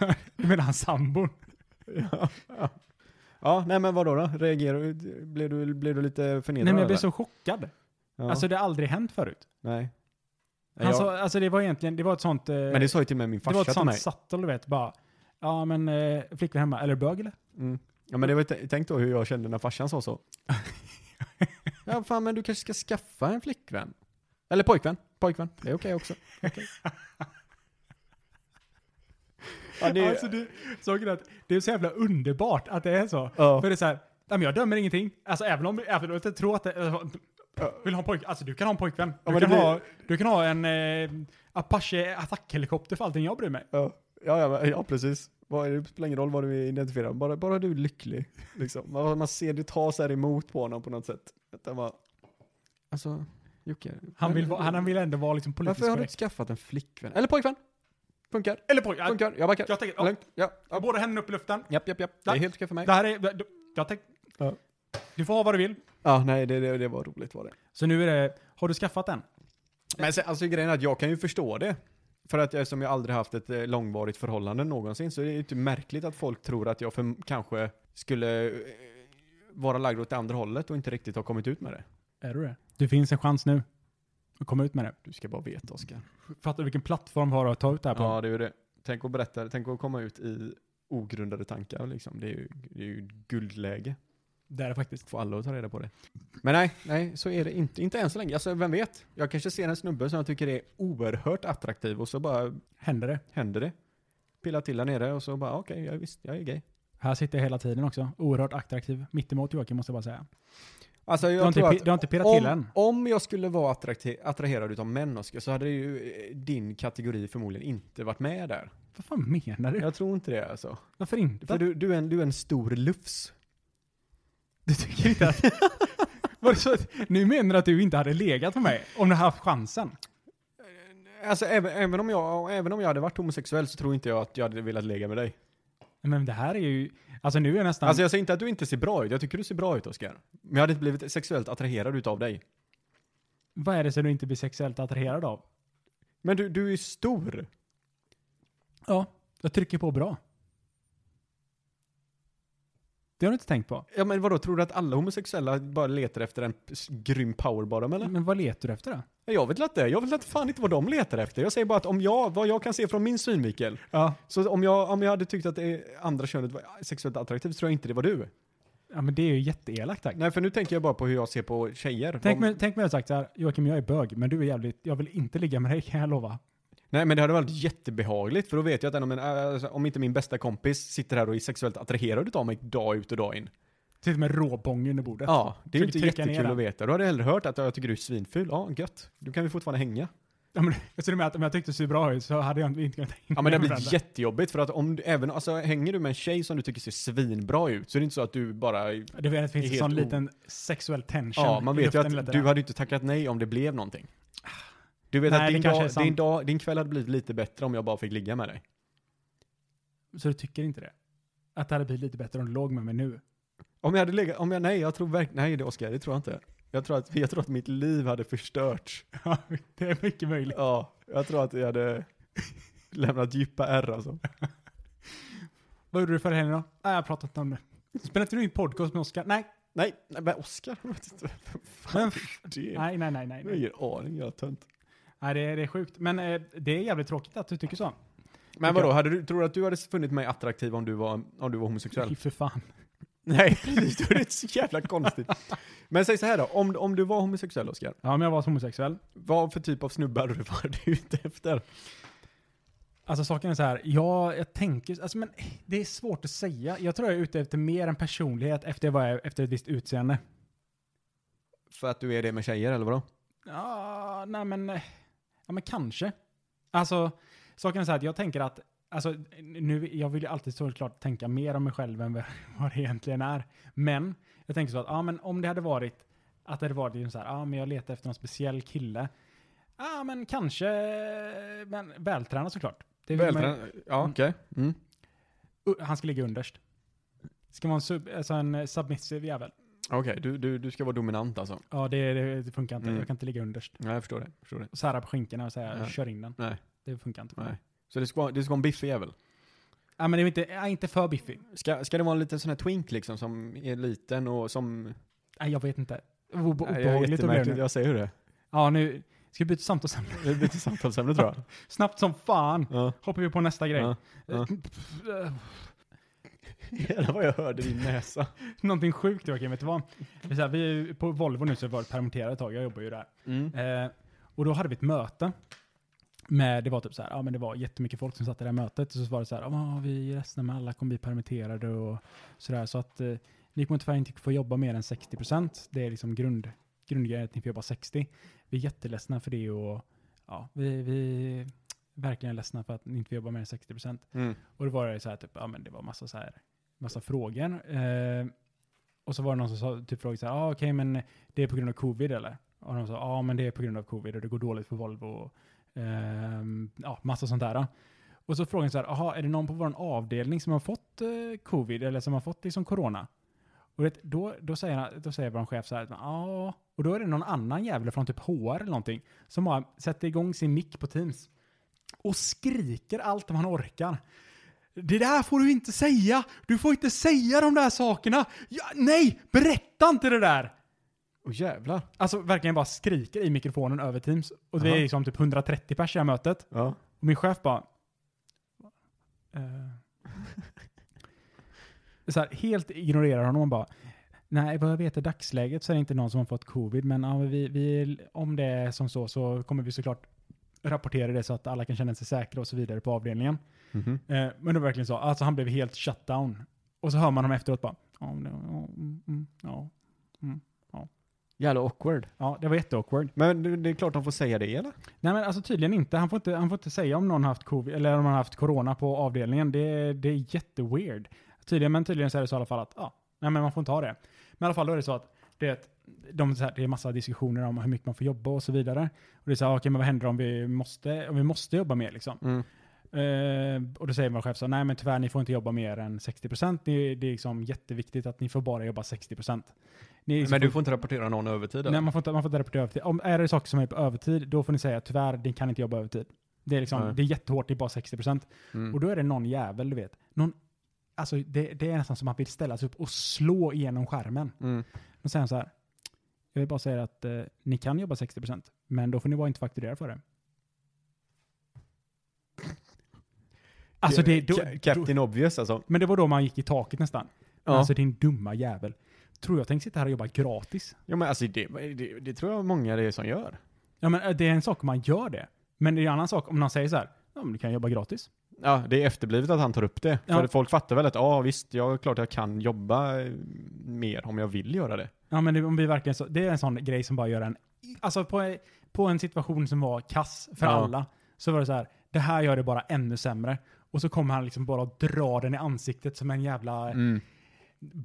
S4: Du menar hans sambon?
S3: Ja, ja. ja, nej men vadå då? Reagerar du? Blev du, blev du lite
S4: Nej,
S3: förnedrad?
S4: men jag blev
S3: eller?
S4: så chockad.
S3: Ja,
S4: Alltså det har aldrig hänt förut.
S3: nej.
S4: Han
S3: Jag-
S4: sa, alltså det var egentligen, det var ett sånt... Eh,
S3: Men det sa ju till och med min
S4: det var
S3: farsa
S4: ett
S3: till
S4: sånt
S3: mig.
S4: sattel, du vet, bara... Ja, men eh, flickvän hemma, eller bög eller?
S3: Mm. Ja men det var, t- tänk då hur jag kände när farsan sa så. ja fan men du kanske ska skaffa en flickvän? Eller pojkvän, pojkvän. Det är okej också. Okej. ja, det,
S4: Alltså det, saken är att det är så jävla underbart att det är så.
S3: ja.
S4: För det är så här, nej men jag dömer ingenting. Alltså även om, även om jag inte tror att det, alltså, vill ha en pojk, alltså du kan ha en pojkvän. Du,
S3: Ja, men det
S4: kan,
S3: blir-
S4: ha, du kan ha en eh, Apache attackhelikopter för allting jag bryr mig.
S3: Ja, ja, ja, men- ja precis. Vad är det spelar ingen roll vad du identifierar, bara, bara du är lycklig. Liksom. Man, man ser det ta så här emot på honom på något sätt. Att han bara, alltså, Jocke.
S4: Han vill, vara- han, han vill ändå vara liksom politiskt
S3: Varför har du
S4: korrekt.
S3: inte skaffat en flickvän? Eller pojkvän? Funkar,
S4: Eller pojk, jag,
S3: funkar, jag backar.
S4: jag tänker, ja,
S3: Lugnt, ja. ja.
S4: båda händerna upp i luften.
S3: Japp, japp, japp. Det är helt okej för mig.
S4: Det här är, jag tänker,
S3: Ja.
S4: du får ha vad du vill.
S3: Ja, nej, det, det, det var roligt var det.
S4: Så nu är det, har du skaffat den?
S3: Men sen, alltså grejen är att jag kan ju förstå det. För att eftersom jag aldrig haft ett eh, långvarigt förhållande någonsin så är det ju inte märkligt att folk tror att jag för, kanske skulle eh, vara lagd åt det andra hållet och inte riktigt ha kommit ut med det.
S4: Är du det? Det finns en chans nu att komma ut med det.
S3: Du ska bara veta Oskar.
S4: Fattar du vilken plattform vi har att ta ut det här på?
S3: Ja, det är ju det. Tänk att berätta, tänk att komma ut i ogrundade tankar liksom. Det är ju, det är ju guldläge.
S4: Det är det faktiskt.
S3: Få alla att ta reda på det. Men nej, nej, så är det inte. Inte än så länge. Alltså vem vet? Jag kanske ser en snubbe som jag tycker är oerhört attraktiv och så bara
S4: Händer det?
S3: händer det. Pillar till där nere och så bara okej, jag visst, jag är gay.
S4: Här sitter jag hela tiden också. Oerhört attraktiv. Mittemot Joakim måste jag bara säga.
S3: Alltså
S4: Du har,
S3: jag
S4: inte,
S3: tror
S4: pi-
S3: att
S4: du har inte pirrat till
S3: om,
S4: än.
S3: om jag skulle vara attrakti- attraherad utav män Oskar, så hade ju eh, din kategori förmodligen inte varit med där.
S4: Vad fan menar du?
S3: Jag tror inte det alltså.
S4: Varför inte?
S3: För du, du, är, en, du är en stor lufs.
S4: du tycker inte att... Var det så att... Nu menar du att du inte hade legat med mig om du hade haft chansen?
S3: Alltså även, även, om jag, även om jag hade varit homosexuell så tror inte jag att jag hade velat lägga med dig.
S4: Men det här är ju... Alltså nu är jag nästan...
S3: Alltså jag säger inte att du inte ser bra ut, jag tycker du ser bra ut Oskar. Men jag hade inte blivit sexuellt attraherad utav dig.
S4: Vad är det som du inte blir sexuellt attraherad av?
S3: Men du, du är stor.
S4: Ja, jag trycker på bra. Det har du inte tänkt på?
S3: Ja men vadå, tror du att alla homosexuella bara letar efter en s- grym powerbottom eller?
S4: Men vad letar du efter då?
S3: Ja, Jag vet inte, jag vet inte fan inte vad de letar efter. Jag säger bara att om jag, vad jag kan se från min synvinkel.
S4: Ja.
S3: Så om jag, om jag hade tyckt att det andra könet var sexuellt attraktivt så tror jag inte det var du.
S4: Ja men det är ju jätteelakt tack.
S3: Nej för nu tänker jag bara på hur jag ser på tjejer.
S4: Tänk
S3: Om-
S4: mig, tänk mig att jag sagt så här, Joakim jag är bög, men du är jävligt, jag vill inte ligga med dig kan jag lova.
S3: Nej men det hade varit jättebehagligt för då vet jag att en av mina, alltså, om inte min bästa kompis sitter här och är sexuellt attraherad utav mig dag ut och dag in.
S4: Sitter med råbång under bordet.
S3: Ja, det är ju
S4: Försöker
S3: inte
S4: trycka ner
S3: jättekul
S4: den.
S3: att veta. Då hade jag hellre hört att jag tycker du är svinful. Ja, gött. Då kan vi fortfarande hänga.
S4: Ja, men, jag ser med att om jag tyckte det såg bra ut så hade jag inte kunnat hänga
S3: Ja men det
S4: med varandra.
S3: blir jättejobbigt för att om du, även, alltså hänger du med en tjej som du tycker ser svinbra ut så är det inte så att du bara,
S4: Det vet, finns en
S3: helt
S4: sån
S3: o-
S4: liten sexuell tension
S3: ja man
S4: i
S3: vet ju
S4: luften
S3: att
S4: lite
S3: du
S4: där.
S3: hade ju inte tackat nej om det blev någonting. Du vet
S4: Nej,
S3: att
S4: det
S3: din,
S4: kanske är
S3: dag,
S4: sant.
S3: din, dag, din kväll hade blivit lite bättre om jag bara fick ligga med dig.
S4: Så du tycker inte det? Att det hade blivit lite bättre om du låg med mig nu?
S3: Om jag hade legat, om jag, nej jag tror verkligen, nej det Oskar, det tror jag inte. Jag tror, att, jag tror att mitt liv hade förstörts.
S4: Ja, det är mycket möjligt.
S3: Ja, jag tror att jag hade lämnat djupa ärr alltså.
S4: Vad gjorde du förra helgen då? Nej, jag har pratat om det. Spelade inte du in podcast med Oskar? Nej.
S3: Nej, nej men Oskar, vad fan
S4: Men,
S3: är
S4: nej,
S3: det?
S4: nej, nej, nej.
S3: Jag har
S4: nej.
S3: ingen aning, jag är tönt.
S4: nej det, är, det är sjukt. Men eh, det är jävligt tråkigt att du tycker så.
S3: Men
S4: Okej.
S3: vadå, hade du, tror du att du hade funnit mig attraktiv om du var, om du var homosexuell?
S4: Nej, för fan.
S3: Nej, precis. Då är det så jävla konstigt. Men säg så här då, om, om du var homosexuell Oskar,
S4: Ja, men jag var homosexuell.
S3: vad för typ av snubbar var du ute efter?
S4: Alltså saken är så här, jag, jag tänker, alltså men det är svårt att säga. Jag tror jag är ute efter mer en personlighet efter, vad jag, är- efter ett visst utseende.
S3: För att du är det med tjejer eller vadå?
S4: Ja, nej men, eh, ja men kanske. Alltså, saken är så här att jag tänker att, alltså nu, jag vill ju alltid såklart tänka mer om mig själv än vad vad det egentligen är. Men, jag tänker så att, ja men om det hade varit, att det hade varit liksom så här, ja men jag letar efter någon speciell kille. Ja men kanske, men vältränad såklart. Det vill man ju-
S3: Vältränad? Ja, okej. Mm.
S4: U- Han ska ligga underst. Ska vara en, sub, alltså en eh, submissiv jävel.
S3: Okej, du, du, du ska vara dominant alltså?
S4: Ja, det, det, det funkar inte.
S3: Mm.
S4: Jag kan inte ligga underst.
S3: Nej, jag förstår det. Förstår det.
S4: Och sära på skinkorna och säga
S3: Nej.
S4: kör in den.
S3: Nej.
S4: Det funkar inte.
S3: Nej. Så det ska, vara- det ska vara en biffig jävel?
S4: Ja, men det är inte, ja, inte för biffig.
S3: Ska, ska det vara en liten sån här twink liksom som är liten och som...
S4: Nej, jag vet inte. Obe-
S3: Nej, jag är
S4: Obehagligt att bli
S3: jättemärklig.
S4: nu.
S3: Jag säger det.
S4: Ja, nu ska vi byta samtal sen.
S3: Det blir ett samtalsämne tror jag.
S4: Snabbt som fan
S3: Ja.
S4: hoppar vi på nästa grej.
S3: Ja, ja. Jävlar vad jag hörde din näsa.
S4: Någonting sjukt, Joakim. Vet du vad? Det är så här, vi är ju på Volvo nu så har vi varit permitterade ett tag. Jag jobbar ju där.
S3: Mm,
S4: Eh, och då hade vi ett möte. Med, det var typ så här, ja men det var jättemycket folk som satt i det här mötet. Och så var det så här, ja vi är ledsna men alla kommer bli permitterade och sådär. Så att eh, ni kommer tyvärr inte få jobba mer än 60%. Det är liksom grund, grundgrejen att ni får jobba 60. Vi är jätteledsna för det och ja, vi, vi är verkligen ledsna för att ni inte får jobba mer än 60%.
S3: Mm.
S4: Och då var det så här, typ, ja men det var massa så här, massa frågor. Eh, och så var det någon som sa, typ frågade så här, ah, okej men det är på grund av covid eller? Och de sa, ja ah, men det är på grund av covid och det går dåligt för Volvo. Och, ehm, ja, massa sånt där. Och så frågade jag så här, aha, är det någon på vår avdelning som har fått eh, covid eller som har fått liksom corona? Och vet, då, då, säger, då säger vår chef så här, ja. Och då är det någon annan jävel från typ HR eller någonting som bara sätter igång sin mick på Teams och skriker allt vad han orkar. Det där får du inte säga! Du får inte säga de där sakerna! Ja, nej, berätta inte det där!
S3: Åh jävlar.
S4: Alltså verkligen bara skriker i mikrofonen över Teams. Och vi
S3: Aha.
S4: är liksom typ 130 pers i det här mötet.
S3: Ja.
S4: Och min chef bara... eh, så här, helt ignorerar honom och bara... Nej, vad jag vet i dagsläget så är det inte någon som har fått covid, men ja, vi, vi, om det är som så så kommer vi såklart rapportera det så att alla kan känna sig säkra och så vidare på avdelningen.
S3: Mhm.
S4: Eh, men det var verkligen så. Alltså han blev helt shut down. Och så hör man honom efteråt bara... Ja, men det- ja, mm, mm, ja,
S3: Jävla awkward.
S4: ja, det var jätteawkward.
S3: Men det, det är klart de får säga det eller?
S4: Nej men alltså tydligen inte. Han får inte, han får inte säga om någon har haft covid eller om man har haft corona på avdelningen. Det, det är jätteweird. Tydligen, men tydligen så är det så i alla fall att, ja, nej men man får inte ha det. Men i alla fall då är det så att det är, ett, de, så här, det är massa diskussioner om hur mycket man får jobba och så vidare. Och det är så här, okej men vad händer om vi måste, om vi måste jobba mer liksom?
S3: Mm.
S4: Eh, och då säger vår chef så här, nej men tyvärr ni får inte jobba mer än 60%. Det, det är liksom jätteviktigt att ni får bara jobba 60%. Ni liksom
S3: Men du får inte rapportera någon övertid eller?
S4: Nej, man får inte, man får inte rapportera övertid. Om är det saker som är på övertid, då får ni säga tyvärr, ni kan inte jobba övertid. Det är, liksom,
S3: Nej.
S4: det är jättehårt, det är bara 60%.
S3: Mm.
S4: Och då är det någon jävel, du vet. Någon, alltså, det, det är nästan som att man vill ställa sig upp och slå igenom skärmen.
S3: Mm.
S4: Då säger han så här. Jag vill bara säga att eh, ni kan jobba 60%, men då får ni bara inte fakturera för det. Alltså det, då,
S3: Ca- Captain Obvious alltså.
S4: men det var då man gick i taket nästan.
S3: Ja.
S4: Alltså din dumma jävel. Tror jag tänker sitta här och jobba gratis?
S3: ja men alltså det, det, det tror jag många det är som gör.
S4: Ja, men eh, det är en sak om man gör det. Men det är en annan sak om någon säger så här, ja men du kan jobba gratis.
S3: Ja, det är efterblivet att han tar upp det.
S4: Ja.
S3: För folk fattar väl att ja visst, jag är klart jag kan jobba eh, mer om jag vill göra det.
S4: Ja men det, om vi verkligen så, det är en sån grej som bara gör en, alltså på, på en situation som var kass för
S3: Ja.
S4: alla, så var det så här, det här gör det bara ännu sämre. Och så kommer han liksom bara och drar den i ansiktet som en jävla
S3: Mm.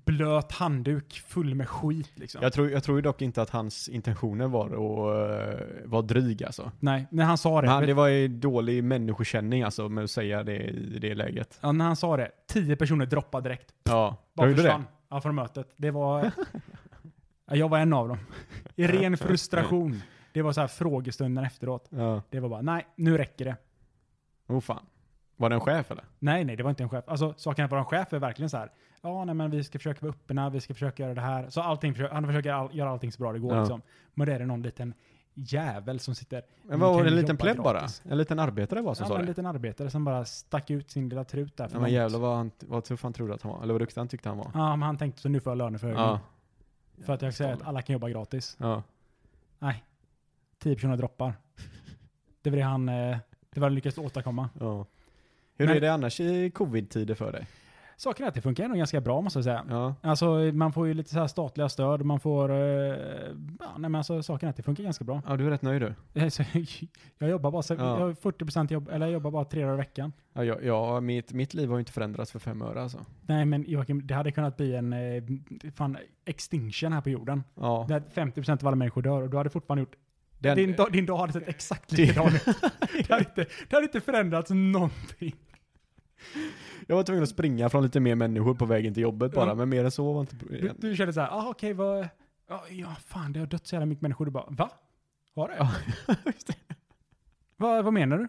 S4: blöt handduk full med skit liksom.
S3: Jag, tror, jag tror ju dock inte att hans intentioner var att eh, vara dryg alltså.
S4: Nej, när han sa det,
S3: Men han, det var ju dålig människokänning alltså med att säga det i det läget.
S4: ja, när han sa det, tio personer droppade direkt.
S3: Ja,
S4: Bara
S3: gjorde
S4: försvann. Ja, från mötet. Det var... ja, jag var en av dem. I ren frustration. Det var så här frågestunden efteråt.
S3: Ja.
S4: Det var bara, nej, nu räcker det.
S3: Oh fan. Var det en chef eller?
S4: Nej, nej, det var inte en chef. Alltså, saken att vara en chef är verkligen så här. Ja, nej, men vi ska försöka vara öppna, vi ska försöka göra det här. Så allting, försö- han försöker all, göra allting så bra det går
S3: Ja.
S4: liksom. Men det är det någon liten jävel som sitter.
S3: Men
S4: Vi
S3: var
S4: kan
S3: det en
S4: ju
S3: liten
S4: jobba
S3: pleb bara?
S4: gratis.
S3: En liten arbetare var som
S4: Ja,
S3: sa
S4: men en
S3: det?
S4: liten arbetare som bara stack ut sin lilla trut där. för
S3: Ja, men
S4: långt.
S3: jävlar vad, han, vad tuff han trodde att han var. Eller vad duktig han tyckte han var.
S4: Ja, men han tänkte så nu får jag löneförhöjning.
S3: Ja.
S4: För att jag säger att
S3: Stolle.
S4: alla kan jobba gratis.
S3: Ja.
S4: Nej, 10 personer droppar. Det var det han, eh, det var det han lyckades åstadkomma.
S3: ja. Hur
S4: Men-
S3: är det annars i covid-tider för dig?
S4: Saken är att det funkar nog ganska bra måste jag säga.
S3: Ja.
S4: Alltså man får ju lite så här statliga stöd, man får... Eh, ja, nej men alltså saken är att det funkar ganska bra.
S3: ja, du är rätt nöjd du.
S4: Eh, Så Jag jobbar bara så,
S3: Ja.
S4: jag har 40% jobb, eller jag jobbar bara tre dagar i veckan.
S3: Ja, ja, ja mitt, mitt liv har ju inte förändrats för fem öre alltså.
S4: Nej men Joakim, det hade kunnat bli en eh, fan extinction här på jorden.
S3: Ja.
S4: Där 50% av alla människor dör och du hade fortfarande gjort...
S3: Den-
S4: din, dag- din dag hade sett exakt likadan ut. Det hade inte, det hade inte förändrats någonting.
S3: Jag var tvungen att springa från lite mer människor på vägen till jobbet bara,
S4: Ja.
S3: men mer än så var inte...
S4: Du, du kände såhär, ah, okej vad... ja, Ja, fan det har dött så jävla mycket människor. Du bara, va? Har det?
S3: Ja, just det.
S4: Va, vad menar du?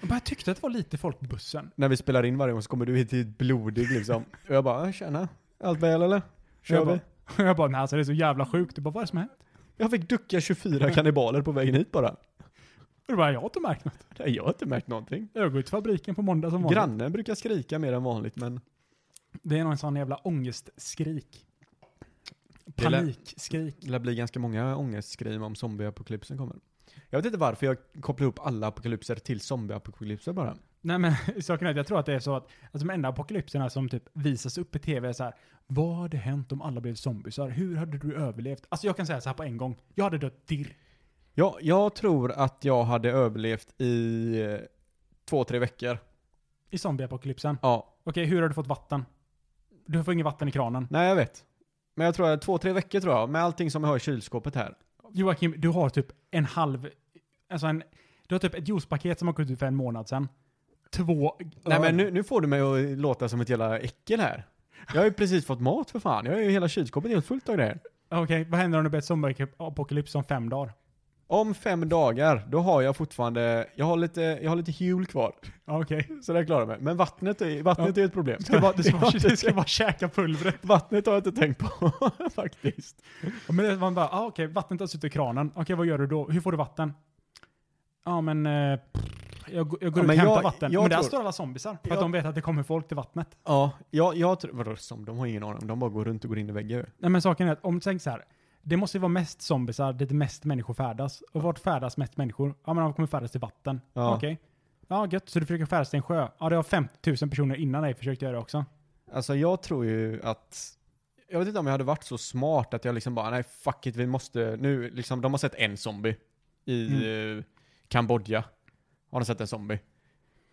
S4: Jag bara, jag tyckte att det var lite folk på bussen.
S3: När vi spelar in varje gång så kommer du hit helt blodig liksom. Och jag bara, "Ah, tjena, allt väl eller? Kör
S4: jag
S3: vi?
S4: bara, jag bara, nej alltså det är så jävla sjukt. Du bara, vad är det som har hänt?
S3: Jag fick ducka 24 kannibaler på vägen hit bara.
S4: Och du bara, jag har inte märkt något.
S3: Nej, jag har inte märkt någonting.
S4: Jag går ut till fabriken på måndag som vanligt.
S3: Grannen brukar skrika mer än vanligt, men
S4: Det är någon sån jävla ångestskrik.
S3: Det är lä-
S4: Panikskrik.
S3: det lär bli ganska många ångestskrim om zombieapokalypsen kommer. Jag vet inte varför jag kopplar upp alla apokalypser till zombieapokalypser bara.
S4: Nej men saken är att jag tror att det är så att alltså, de enda apokalypserna som typ visas upp i tv är så här. Vad hade hänt om alla blev zombisar? Hur hade du överlevt? Alltså jag kan säga så här på en gång. Jag hade dött dirr.
S3: Ja, jag tror att jag hade överlevt i eh, två, tre veckor.
S4: I zombieapokalypsen.
S3: Ja,
S4: Okej, hur har du fått vatten? Du får inget vatten i kranen.
S3: nej jag vet. Men jag tror att två, tre veckor tror jag, med allting som jag har i kylskåpet här.
S4: Joakim, du har typ en halv... Alltså en... Du har typ ett juicepaket som har gått ut för en månad sedan. Två...
S3: Nej men nu, nu får du mig att låta som ett jävla äckel här. Jag har ju precis fått mat för fan. Jag har ju hela kylskåpet helt fullt av grejer.
S4: Ah, Okej, vad händer om det blir ett zombieapokalyps om fem dagar?
S3: Om fem dagar, då har jag fortfarande, jag har lite, jag har lite hjul kvar.
S4: Ja, Ah, Okej.
S3: Så det klarar jag mig. Men vattnet, är, vattnet är ett problem.
S4: Du ska bara, du ska
S3: Jag har
S4: bara,
S3: inte
S4: du ska bara käka pulvret.
S3: Vattnet har jag inte tänkt på faktiskt.
S4: Ja, Men det- man bara, ah, okej, vattnet har suttit i kranen. Okej, vad gör du då? Hur får du vatten? Ja, men... Eh, jag, går- jag går ut och
S3: Ja, men
S4: hämtar
S3: jag-
S4: vatten.
S3: jag
S4: men där
S3: tror-
S4: står alla zombisar. För
S3: Jag-
S4: att de vet att det kommer folk till vattnet.
S3: Ja, jag, jag tror, vadå som, de har ingen aning om. De bara går runt och går in i väggar ju.
S4: Nej men saken är att om du tänker så här. Det måste ju vara mest zombisar dit mest människor färdas. Och vart färdas mest människor? Ja men de kommer färdas till vatten.
S3: Ja.
S4: Okej. Ja gött, så du försöker färdas till en sjö. Ja det har 50 000 personer innan dig försökt göra det också.
S3: Alltså jag tror ju att jag vet inte om jag hade varit så smart att jag liksom bara, nej fuck it, vi måste, nu liksom, de har sett en zombie i
S4: Mm.
S3: eh, Kambodja. Har de sett en zombie.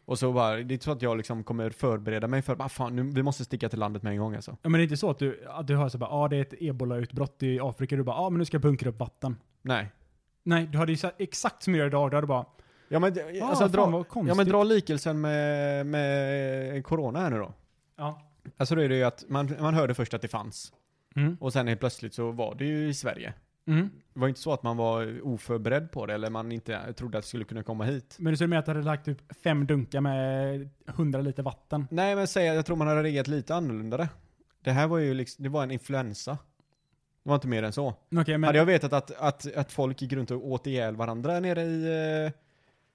S3: Och så bara, det är inte så att jag liksom kommer förbereda mig för, bara fan, nu, vi måste sticka till landet med en gång alltså.
S4: Ja men det är inte så att du, att du hör så bara, ja ah, det är ett ebolautbrott i Afrika. Du bara, ja ah, men nu ska jag bunkra upp vatten.
S3: Nej.
S4: Nej, du hade ju sagt exakt som jag gör idag. Du hade bara,
S3: Ja men, det-
S4: ah,
S3: alltså,
S4: fan,
S3: dra,
S4: vad konstigt.
S3: ja, men dra likelsen med, med corona här nu då.
S4: Ja.
S3: Alltså då är det ju att man, man hörde först att det fanns.
S4: Mm.
S3: Och sen helt plötsligt så var det ju i Sverige.
S4: Mm.
S3: Det var inte så att man var oförberedd på det eller man inte trodde att det skulle kunna komma hit.
S4: Men du skulle med att du hade lagt typ fem dunkar med 100 liter vatten.
S3: Nej men säg, jag tror man hade reagerat lite annorlunda. där. Det här var ju liksom, det var en influensa. Det var inte mer än så.
S4: Okej men,
S3: Hade jag vetat att, att, att folk gick runt och åt ihjäl varandra nere i,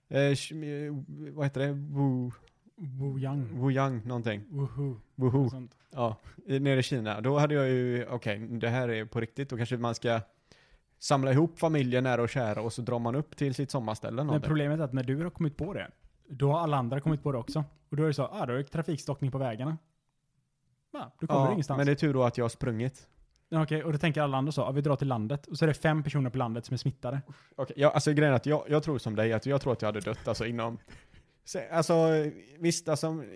S3: eh, eh, Sh- eh, vad heter det, Wu,
S4: Wu Yang.
S3: Wuyang någonting.
S4: Woohoo.
S3: Wuhu.
S4: Sånt.
S3: Ja, i, nere i Kina. Då hade jag ju, okej, det här är på riktigt. Då kanske man ska samla ihop familjen nära och kära och så drar man upp till sitt sommarställe eller
S4: Men
S3: någonting.
S4: problemet är att när du har kommit på det, då har alla andra kommit på det också. Och då är det så, ah, då är det trafikstockning på vägarna. Ja, du kommer ingenstans.
S3: men det är tur då att jag har sprungit.
S4: Ja, Okej, och då tänker alla andra så. Ja, vi drar till landet. Och så är det fem personer på landet som är smittade.
S3: Okej, ja, alltså grejen är att jag, jag tror som dig, att jag tror att jag hade dött alltså inom, se- alltså visst alltså, om, eh,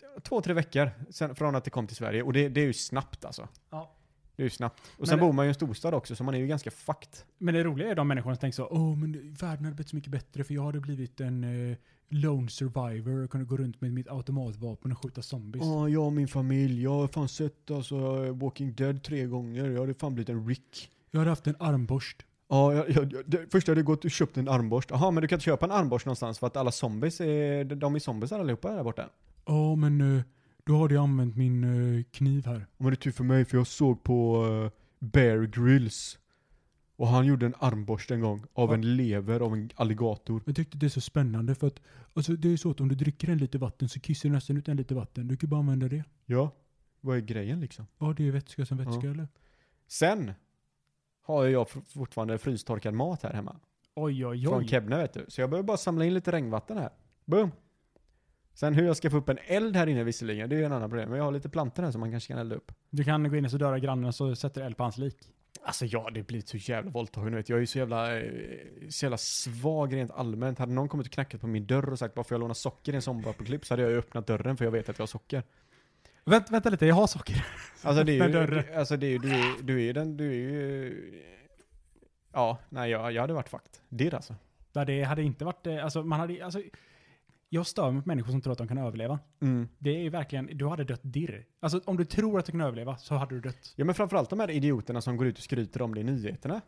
S3: t- två, tre veckor sen, från att det kom till Sverige. Och det, det är ju snabbt alltså.
S4: Ja.
S3: Det är ju snabbt. Och
S4: Men
S3: sen
S4: det-
S3: bor man ju i en storstad också, så man är ju ganska fucked.
S4: Men det roliga är de människorna som tänker så. Åh, men världen hade blivit så mycket bättre för jag hade blivit en eh, lone survivor och kunde gå runt med mitt automatvapen och skjuta zombies.
S3: Ja, jag och min familj, jag har fan sett alltså Walking Dead tre gånger. Jag hade fan blivit en Rick.
S4: Jag hade haft en armborst.
S3: Ja, jag, jag, jag, det, först hade jag gått och köpt en armborst. Jaha, men du kan inte köpa en armborst någonstans för att alla zombies är, de är zombies allihopa där borta.
S4: Ja, men eh, då hade jag använt min eh, kniv här.
S3: Men det är tur för mig för jag såg på eh, Bear Grylls. Och han gjorde en armborst en gång av
S4: Ja.
S3: en lever av en alligator.
S4: Jag tyckte det är så spännande för att alltså, det är så att om du dricker en liter vatten så kissar du nästan ut en liter vatten. Du kan bara använda det.
S3: Ja, vad är grejen liksom?
S4: Ja, det är vätska som vätska
S3: Ja.
S4: eller?
S3: Sen har ju jag fr- fortfarande frystorkad mat här hemma.
S4: Oj, oj,
S3: Från Kebne vet du. Så jag behöver bara samla in lite regnvatten här. Boom! Sen hur jag ska få upp en eld här inne visserligen, det är ju en annan problem. Men jag har lite plantor här som man kanske kan elda upp.
S4: Du kan gå in och så döda grannen och så sätter du eld på hans lik.
S3: Alltså ja, det blir så jävla våldtagen vet. Jag är ju så jävla, eh, så jävla svag rent allmänt. Hade någon kommit och knackat på min dörr och sagt bara får jag låna socker i en sommarpåklipp så hade jag ju öppnat dörren för jag vet att jag har socker.
S4: Vänta, vänta lite, jag har socker.
S3: Alltså det är
S4: Öppna
S3: ju,
S4: dörren.
S3: det- alltså, det är ju du, är, du är ju den, du är ju... Ja, nej jag, jag hade varit fucked. Det är det alltså.
S4: Ja, det hade inte varit, eh, alltså man hade, alltså. Jag stör mig på människor som tror att de kan överleva.
S3: Mm.
S4: Det är ju verkligen, du hade dött dirr. Alltså om du tror att du kan överleva så hade du dött.
S3: Ja men framförallt de här idioterna som går ut och skryter om det i nyheterna.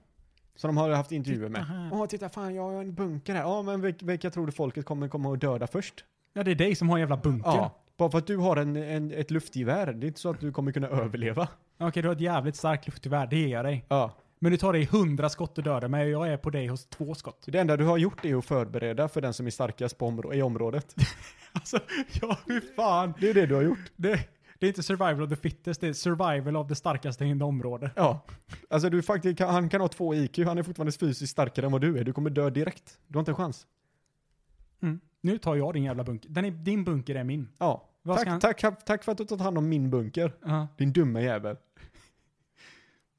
S3: Som de har haft intervjuer med.
S4: Titta här.
S3: Åh titta fan jag har en bunker här. Ja men vilka, vilka tror du folket kommer komma och döda först?
S4: Ja, det är dig som har en jävla bunker.
S3: Ja. Typ. Bara för att du har en, en, ett luftgevär, det är inte så att du kommer kunna överleva.
S4: Okej, du har ett jävligt starkt luftgevär, det ger jag dig.
S3: Ja.
S4: Men du tar dig hundra skott och dödar mig och jag är på dig hos två skott.
S3: Så det enda du har gjort är att förbereda för den som är starkast på områ- i området.
S4: Alltså, ja hur fan.
S3: Det är det du har gjort.
S4: Det, det är inte survival of the fittest, det är survival of the starkaste i det område.
S3: Ja. Alltså du faktiskt, kan, han kan ha två IQ, han är fortfarande fysiskt starkare än vad du är. Du kommer dö direkt. Du har inte en chans.
S4: Nu tar jag din jävla bunker. Den är, din bunker är min.
S3: Ja.
S4: Vad
S3: Tack,
S4: ska han-
S3: tack, tack för att du tagit hand om min bunker. Din dumma jävel.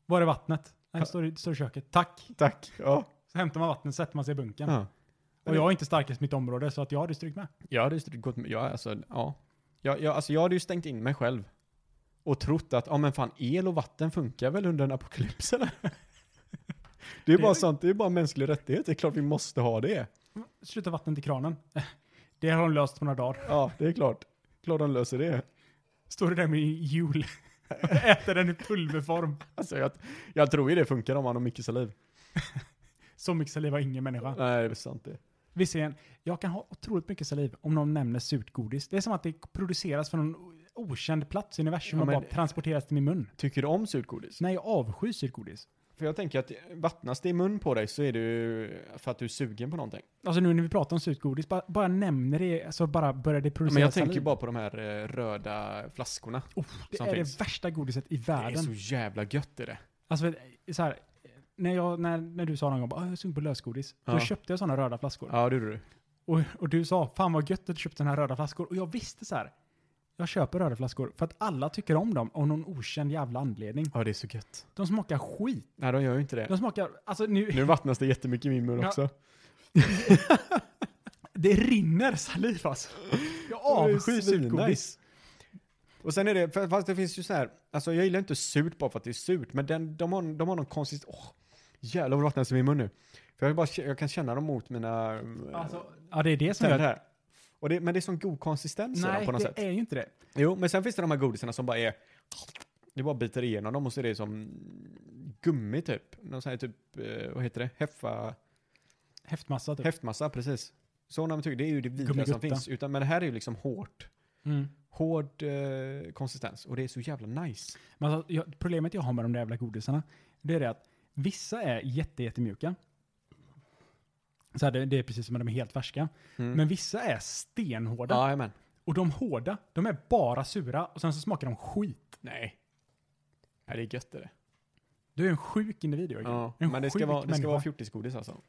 S4: Var är vattnet? Nej, det står, i- det står i köket. Tack.
S3: Tack. Ja.
S4: Så hämtar man vattnet, sätter man sig i bunkern.
S3: ja.
S4: Och jag är inte starkast i mitt område, så att jag hade strykt med.
S3: Jag hade ju gått med, ja, alltså, ja. Jag, jag, alltså, jag hade ju stängt in mig själv. Och trott att, ja men fan, el och vatten funkar väl under en apokalyps eller? Det är
S4: Det-
S3: bara sant, det är bara en mänsklig rättighet. Det är klart vi måste ha det.
S4: Sluta vatten till kranen. Det har de löst på några dagar.
S3: Ja, det är klart. Klart de löser det.
S4: Står det där med jul. Äter den i pulverform.
S3: Alltså jag, jag tror ju det funkar om man har mycket saliv.
S4: Så mycket saliv har ingen människa.
S3: Nej, det är sant det.
S4: Visserligen, jag kan ha otroligt mycket saliv om någon nämner surt godis. Det är som att det produceras från någon okänd plats i universum
S3: Ja,
S4: och
S3: men-
S4: bara transporteras till min mun.
S3: Tycker du om surt godis?
S4: Så när jag avskyr surt godis.
S3: För jag tänker att vattnas det i mun på dig så är det ju för att du är sugen på någonting.
S4: Alltså nu när vi pratar om surt godis, bara, bara nämner det så bara börjar det produceras
S3: Men jag tänker
S4: saliv.
S3: ju bara på de här eh, röda flaskorna.
S4: Oh, det
S3: som
S4: är
S3: finns.
S4: det värsta godiset i
S3: Det är
S4: världen.
S3: så jävla gött är det.
S4: Alltså så här, när, jag, när, när du sa någon gång bara, "Ah, jag är sugen på lösgodis,
S3: Ja.
S4: då köpte jag sådana röda flaskor.
S3: Ja, det gjorde du.
S4: Och, och du sa, fan vad gött att du köpte sådana här röda flaskor. Och jag visste så här, jag köper röda flaskor för att alla tycker om dem av någon okänd jävla anledning.
S3: Ja, det är så gött.
S4: De smakar skit.
S3: Nej, de gör ju inte det.
S4: De smakar, alltså nu,
S3: Nu vattnas det jättemycket i min mun
S4: Ja.
S3: också.
S4: det rinner saliv alltså. Jag avskyr surt godis.
S3: Nice. Och sen är det, för- fast det finns ju så här, alltså jag gillar inte surt bara för att det är surt, men den, de, har, de har någon konsist, åh, jävlar vad det vattnas i min mun nu. För jag, bara, k- jag kan känna dem mot mina mm,
S4: Alltså, ja det är det som
S3: tänder
S4: gör
S3: här. Och det, men det är sån god konsistens i dem
S4: Nej,
S3: på något
S4: det
S3: sätt.
S4: är ju inte det.
S3: Jo, men sen finns det de här godisarna som bara är, det bara biter igenom dem och så är det som gummi typ. Någon sån här typ, eh, vad heter det, heffa...
S4: Häftmassa typ.
S3: Häftmassa, precis. Sådana betyg, det är ju det vidriga som
S4: Gummigutta.
S3: finns. Utan, men det här är ju liksom hårt.
S4: Mm.
S3: Hård eh, konsistens. Och det är så jävla nice.
S4: Men alltså, jag, problemet jag har med de där jävla godisarna, det är det att vissa är jätte, jättemjuka. Så här, det, det är precis som att de är helt färska.
S3: Mm.
S4: Men vissa är stenhårda.
S3: Jajamän.
S4: Och de hårda, de är bara sura och sen så smakar de skit.
S3: Nej. Nej, det är gött är det.
S4: Du är en sjuk individ Jörgen.
S3: Ja,
S4: en
S3: men det ska
S4: sjuk
S3: vara, det ska
S4: människa.
S3: vara fjortisgodis alltså.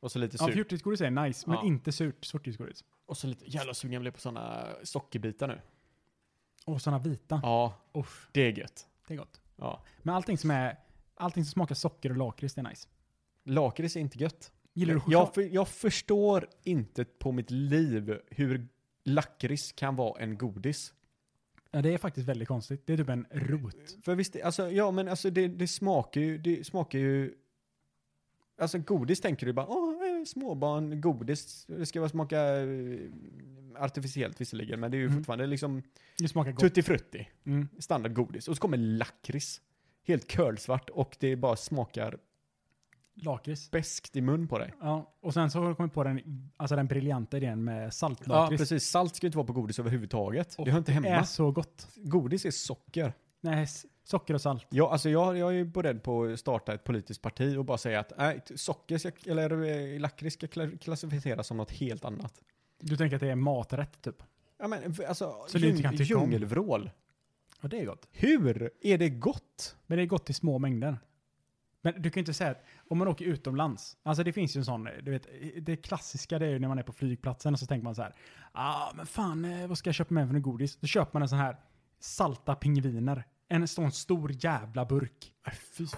S3: Och så lite
S4: Ja,
S3: surt.
S4: fjortisgodis är nice, men
S3: Ja.
S4: inte surt sortisgodis.
S3: och så lite, jävla sugen jag blev på sådana sockerbitar nu.
S4: Och sådana vita.
S3: Ja,
S4: Uff,
S3: det är gött.
S4: det är gott.
S3: Ja.
S4: Men allting som, är, allting som smakar socker och lakrits, det är nice.
S3: Lakrits är inte gött.
S4: Gillar du choklad?
S3: Jag, för, jag förstår inte på mitt liv hur lakrits kan vara en godis.
S4: Ja, det är faktiskt väldigt konstigt. Det är typ en rot.
S3: För visst, alltså, ja men alltså det, det smakar ju, det smakar ju, alltså godis tänker du bara, åh, eh, småbarn, godis, det ska väl smaka eh, artificiellt visserligen, men det är ju
S4: Mm.
S3: fortfarande liksom
S4: Det smakar gott.
S3: tutti frutti,
S4: Mm.
S3: standardgodis. Och så kommer lakrits, helt kölsvart och det bara smakar
S4: Lakrits.
S3: beskt i mun på dig.
S4: Ja, och sen så har jag kommit på den, alltså den briljanta idén med
S3: Ja,
S4: saltlakrits.
S3: precis. Salt ska ju inte vara på godis överhuvudtaget.
S4: Och
S3: det hör inte hemma.
S4: är så gott.
S3: Godis är socker.
S4: Nej, s- socker och salt.
S3: Ja, alltså jag, jag är ju beredd på att starta ett politiskt parti och bara säga att nej, t- socker ska, eller eh, lakrits ska kla- klassificeras som något helt annat.
S4: Du tänker att det är maträtt typ?
S3: Ja, men v- alltså,
S4: Så det inte kan tycka om.
S3: djungelvrål.
S4: Ja, det är gott.
S3: Hur är det gott?
S4: Men det är gott i små mängder. Men du kan ju inte säga att om man åker utomlands, alltså det finns ju en sån, du vet, det klassiska det är ju när man är på flygplatsen och så tänker man så här, ah men fan eh, vad ska jag köpa med för en godis? Då köper man en sån här salta pingviner, en sån stor jävla burk.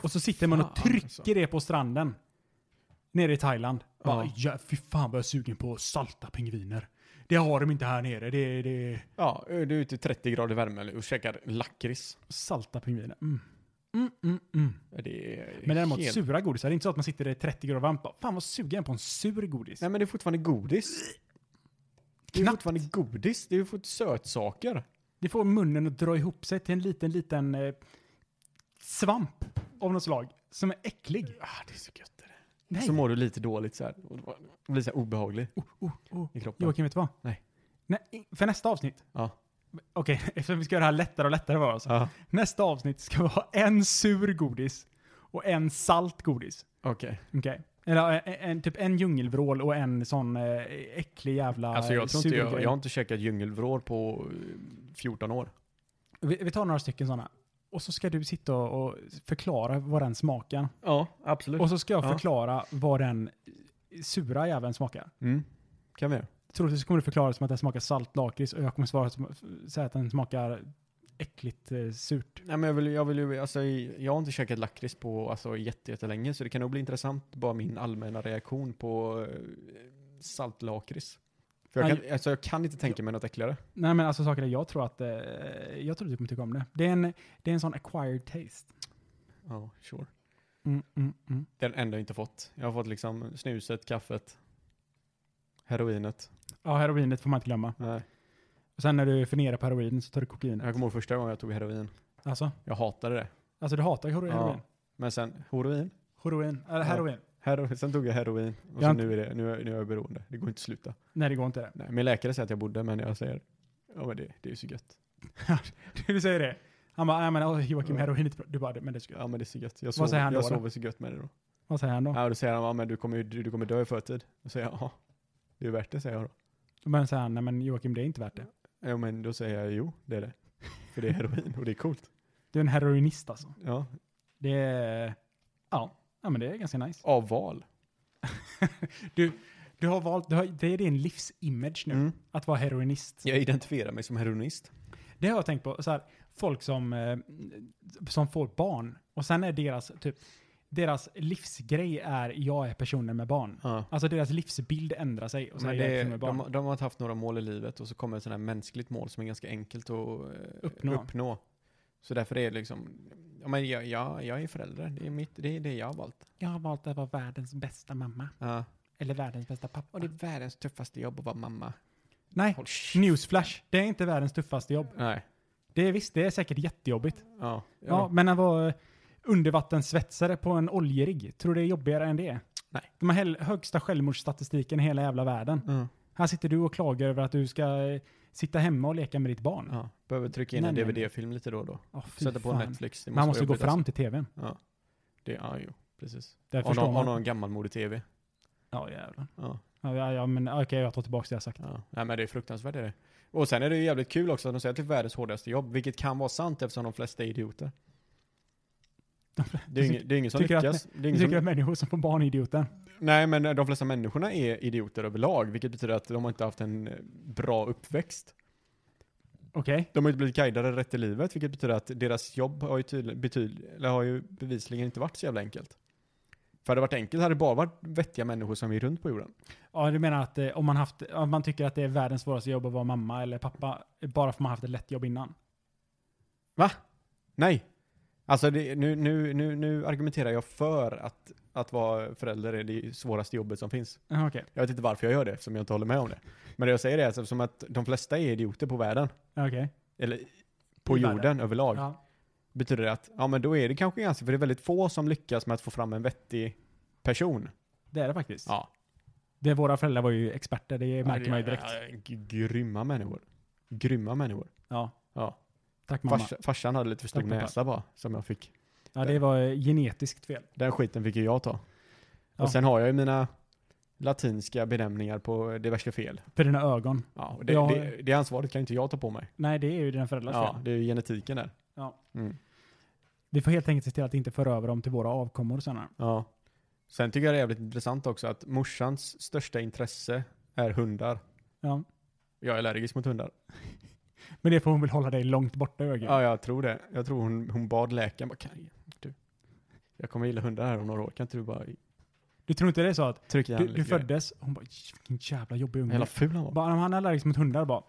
S4: Och så sitter man och
S3: Äh, fan,
S4: trycker
S3: alltså.
S4: det på stranden. Nere i Thailand. Bara,
S3: Ja.
S4: ja, fy fan vad jag är sugen på salta pingviner. Det har de inte här nere, det det
S3: Ja, du är ute i 30 grader värme och käkar lakrits.
S4: salta pingviner. Mm. Mm, mm, mm.
S3: Det är
S4: Men däremot
S3: helt...
S4: sura godisar, det är inte så att man sitter där i 30 grader varmt och bara, fan vad sugen jag är på en sur godis.
S3: Nej, men det är fortfarande godis. Det är
S4: Knappt.
S3: fortfarande godis. Det är ju fortfarande sötsaker.
S4: Det får munnen att dra ihop sig till en liten, liten eh, svamp av något slag som är äcklig.
S3: Ah, det är så gött. det.
S4: Nej.
S3: Så mår du lite dåligt så här. Och du blir så här obehaglig
S4: oh, oh.
S3: i kroppen.
S4: Joakim, vet du vad?
S3: Nej.
S4: Nej, för nästa avsnitt,
S3: Ja.
S4: okej, eftersom vi ska göra det här lättare och lättare för oss.
S3: ja.
S4: Nästa avsnitt ska vara en sur godis och en salt godis.
S3: Okej.
S4: Okej. Eller eh, en, en, typ en djungelvrål och en sån eh, äcklig jävla
S3: Alltså jag tror inte,
S4: sur
S3: jag,
S4: grej.
S3: jag har inte käkat djungelvrål på eh, 14 år.
S4: Vi, vi tar några stycken sådana. Och så ska du sitta och, och förklara vad den smakar.
S3: Ja, absolut.
S4: Och så ska jag
S3: Ja.
S4: förklara vad den sura jäveln smakar.
S3: Mm. Kan vi göra.
S4: Troligtvis kommer du förklara som att den smakar saltlakrits och jag kommer svara som, säga att den smakar äckligt eh, surt.
S3: Nej men jag vill, jag vill ju, alltså jag har inte käkat lakrits på alltså jätte- jättelänge så det kan nog bli intressant bara min allmänna reaktion på eh, saltlakrits. För jag
S4: Nej.
S3: kan, alltså jag kan inte tänka mig något äckligare.
S4: Nej men alltså saker är, jag tror att, eh, jag tror att du kommer tycka om det. Det är en, det är en sån acquired taste.
S3: Ja, sure.
S4: Mm, mm, mm.
S3: Den enda jag inte fått. Jag har fått liksom snuset, kaffet, heroinet.
S4: Ja, heroinet får man inte glömma.
S3: Nej.
S4: Och sen när du funderar på heroin så tar du kokain.
S3: Jag kommer ihåg första gången jag tog heroin.
S4: Alltså,
S3: Jag hatade det.
S4: alltså du hatar hero-
S3: Ja.
S4: heroin.
S3: Men sen, heroin.
S4: Heroin, eller heroin.
S3: Hero, sen tog jag heroin
S4: Jag
S3: och så
S4: har
S3: nu, är det, nu, är, nu är jag beroende. Det går inte att sluta.
S4: Nej det går inte det.
S3: Nej, min läkare säger att jag borde, men jag säger ja men det, det är ju så gött.
S4: Du säger det. Han bara, nej men åh, Joakim
S3: Ja.
S4: heroin är inte bra. Du bara, men det ska
S3: Ja men det är så gött. Jag,
S4: Vad säger han då
S3: jag
S4: då?
S3: sover så gött med det då.
S4: Vad säger han då?
S3: Ja, då säger han ja, men du kommer, ju- du, du kommer dö i förtid. Då säger jag ja, det är värt det säger jag då.
S4: Men säger han, nej men Joakim det är inte värt det.
S3: Ja men då säger jag jo, det är det. För det är heroin och det är coolt.
S4: Du är en heroinist alltså.
S3: Ja,
S4: Det är, ja, ja men det är ganska nice.
S3: av val.
S4: Du har valt, du har, det är din livsimage nu,
S3: Mm.
S4: att vara heroinist.
S3: Jag identifierar mig som heroinist.
S4: Det har jag tänkt på, så här, folk som, eh, som får barn och sen är deras, typ, deras livsgrej är jag är personen med barn.
S3: Ja.
S4: Alltså deras livsbild ändrar sig och sen är
S3: Men
S4: jag
S3: det,
S4: personen med barn.
S3: de, de har inte haft några mål i livet och så kommer ett sånt här mänskligt mål som är ganska enkelt att eh,
S4: Uppnå.
S3: uppnå. Så därför är det liksom, ja, men jag, jag, jag är förälder, det är, mitt, det är det jag har valt.
S4: Jag har valt att vara världens bästa mamma.
S3: Ja.
S4: Eller världens bästa pappa.
S3: Och det är världens tuffaste jobb att vara mamma.
S4: Nej, newsflash. Det är inte världens tuffaste jobb.
S3: Nej.
S4: Det är visst, det är säkert jättejobbigt.
S3: Ja.
S4: Ja, men att vara eh, undervattensvetsare på en oljerigg, tror du det är jobbigare än det?
S3: Nej.
S4: De har hel- högsta självmordsstatistiken i hela jävla världen.
S3: Ja.
S4: Här sitter du och klagar över att du ska eh, sitta hemma och leka med ditt barn.
S3: Ja. Behöver trycka in
S4: Nej,
S3: en
S4: nej, nej.
S3: DVD-film lite då och då.
S4: Åh, fy
S3: Sätta på
S4: fan.
S3: Netflix. Det
S4: Man
S3: vara
S4: måste gå
S3: jobbigt,
S4: fram till tvn.
S3: Alltså. Ja. Det, ja, jo. Precis.
S4: Där
S3: Har
S4: förstår
S3: någon, har
S4: man.
S3: någon gammalmodig TV.
S4: Ja, jävlar.
S3: Ja.
S4: Ja, ja, ja men okej, jag tar tillbaka det jag sagt.
S3: Ja, nej, men det är fruktansvärt är det. Och sen är det ju jävligt kul också att de säger att det är världens hårdaste jobb, vilket kan vara sant eftersom de flesta är idioter. Det är ju ingen, det är ingen som
S4: Tycker du att-
S3: lyckas. Det är
S4: Jag
S3: ingen
S4: tycker att
S3: som,
S4: människor som får barn är idioter.
S3: nej, men de flesta människorna är idioter överlag, vilket betyder att de har inte haft en eh, bra uppväxt.
S4: Okej.
S3: De har ju inte blivit guidade rätt i livet, vilket betyder att deras jobb har ju, tydlig, betyd, eller har ju bevisligen inte varit så jävla enkelt. För hade det varit enkelt hade det bara varit vettiga människor som är runt på jorden.
S4: Ja, du menar att eh, om man, haft, om man tycker att det är världens svåraste jobb att vara mamma eller pappa, eh, bara för man haft ett lätt jobb innan?
S3: Nej. Alltså det, nu, nu, nu, nu argumenterar jag för att, att vara förälder är det svåraste jobbet som finns.
S4: Jaha, Okej.
S3: Jag vet inte varför jag gör det, eftersom jag inte håller med om det. Men det jag säger är alltså som att de flesta är idioter på världen,
S4: Okej.
S3: eller på
S4: I världen.
S3: jorden överlag.
S4: Ja.
S3: Betyder det att, ja men då är det kanske ganska, för det är väldigt få som lyckas med att få fram en vettig person.
S4: Det är det faktiskt.
S3: Ja.
S4: Det, våra föräldrar var ju experter, det märker man ju direkt.
S3: Ja, g- grymma människor. Grymma människor.
S4: Ja.
S3: Ja.
S4: Tack mamma.
S3: Fars, farsan hade lite för stor
S4: Tack, pappa.
S3: näsa bara, som jag fick.
S4: Ja, det var eh, genetiskt fel.
S3: Den skiten fick ju jag ta.
S4: Ja.
S3: Och sen har jag ju mina latinska benämningar på diverse fel.
S4: För dina ögon.
S3: Ja, och det,
S4: Ja.
S3: det, det ansvaret kan ju inte jag ta på mig.
S4: Nej, det är ju dina föräldrars
S3: Ja,
S4: fel.
S3: det är ju genetiken där.
S4: Ja.
S3: Mm.
S4: Vi får helt enkelt se till att inte föra över dem till våra avkommor senare.
S3: Ja. Sen tycker jag det är jävligt intressant också att morsans största intresse är hundar.
S4: Ja.
S3: Jag är allergisk mot hundar.
S4: Men det får hon väl hålla dig långt borta Jörgen.
S3: Ja, jag tror det. Jag tror hon, hon bad läkaren bara, kan du? Jag kommer gilla hundar här om några år, kan inte du bara
S4: Du tror inte det är så att
S3: trycka i
S4: du,
S3: henne
S4: du
S3: lite grejer?"
S4: föddes, hon bara vilken jävla jobbig unge.
S3: Jävla ful han var.
S4: Bara, han är allergisk mot hundar bara.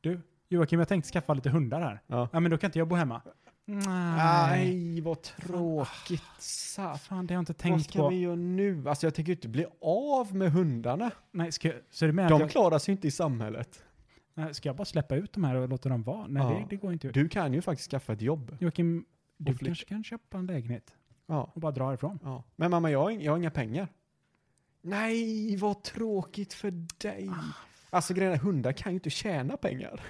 S4: Du, Joakim jag tänkte skaffa lite hundar här.
S3: Ja.
S4: Ja men då kan inte jag bo hemma. Nej.
S3: Nej, vad tråkigt. Satan.
S4: Fan det har jag inte
S3: Vad
S4: tänkt
S3: ska
S4: på.
S3: vi göra nu? Alltså jag tänker ju inte bli av med hundarna.
S4: Nej, ska, så du menar att
S3: De
S4: jag,
S3: klarar sig inte i samhället.
S4: nej, ska jag bara släppa ut de här och låta dem vara? Nej
S3: Ja.
S4: det, det går inte.
S3: Du kan ju faktiskt skaffa ett jobb.
S4: Joakim, du
S3: flytta.
S4: kanske kan köpa en lägenhet
S3: Ja.
S4: och bara dra ifrån.
S3: ja. Men mamma, jag har, ing- jag har inga pengar. Nej, vad tråkigt för dig.
S4: Ah.
S3: Alltså grejen är, hundar kan ju inte tjäna pengar.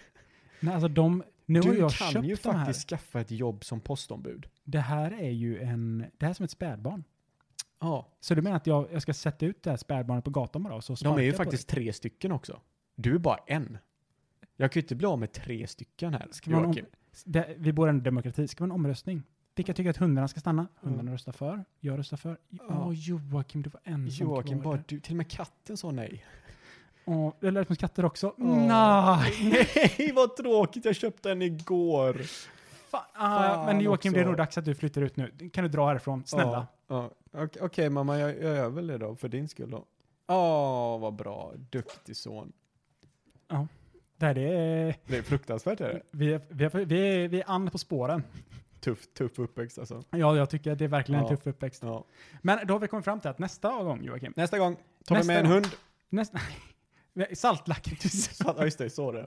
S4: Nej alltså de, nu har
S3: Du
S4: jag
S3: kan ju
S4: köpt de här.
S3: faktiskt skaffa ett jobb som postombud.
S4: Det här är ju en, det här är som ett spädbarn.
S3: Ja.
S4: Så du menar att jag, jag ska sätta ut det här spädbarnet på gatan bara och så
S3: De
S4: sparka
S3: är ju
S4: på
S3: faktiskt tre stycken också. Du är bara en. Jag kan ju inte bli av med tre stycken här,
S4: Ska man om-
S3: Joakim.
S4: det? det? Vi bor i en demokrati, ska man omröstning? Vilka tycker att hundarna ska stanna? Hundarna röstar för, jag röstar för. Ja,
S3: Ja.
S4: Joakim, du var ensam
S3: Joakim,
S4: kvar.
S3: bara du. Till och med katten sa nej.
S4: Åh, jag lärde mig katter också.
S3: Åh.
S4: Nej!
S3: Nej, vad tråkigt. Jag köpte en igår.
S4: Fan, ah,
S3: Fan
S4: men Joakim, det är
S3: också.
S4: nog dags att du flyttar ut nu. Kan du dra härifrån? Snälla.
S3: Ja, ja. Okej, okej, mamma, jag jag gör väl det då, för din skull då. Ja, vad bra. Duktig son.
S4: Det här det är...
S3: Det är fruktansvärt, är det.
S4: Vi är, vi är, vi är, vi är an på spåren.
S3: Tuff, tuff uppväxt alltså.
S4: Ja, jag tycker att det är verkligen en
S3: Ja.
S4: tuff uppväxt.
S3: Ja.
S4: Men då har vi kommit fram till att nästa gång, Joakim,
S3: Nästa gång tar vi
S4: Nästa
S3: med en
S4: gång.
S3: hund.
S4: Nästa... Saltlakrits.
S3: Ja, just det. Så det.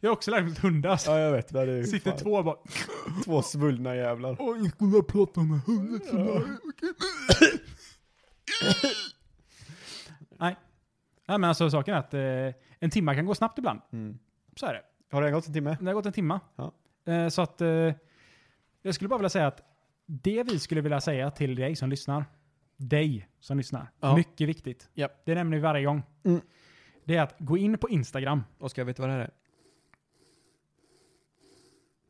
S4: Jag har också lärt mig hundar. alltså.
S3: Ja, jag vet. Det är ju
S4: Sitter
S3: fan
S4: två och bara...
S3: två svullna jävlar.
S1: Åh, jag skulle vilja prata med hunden.
S4: Nej men alltså saken är att eh, en timma kan gå snabbt ibland.
S3: Mm.
S4: Så är det.
S3: Har det gått en timme?
S4: Det har gått en timma.
S3: Ja.
S4: Eh, så att eh, jag skulle bara vilja säga att det vi skulle vilja säga till dig som lyssnar, dig som lyssnar,
S3: Ja.
S4: mycket viktigt.
S3: Japp.
S4: Det nämner vi varje gång.
S3: Mm.
S4: Det är att gå in på Instagram.
S3: Oskar, vet du vad det här är?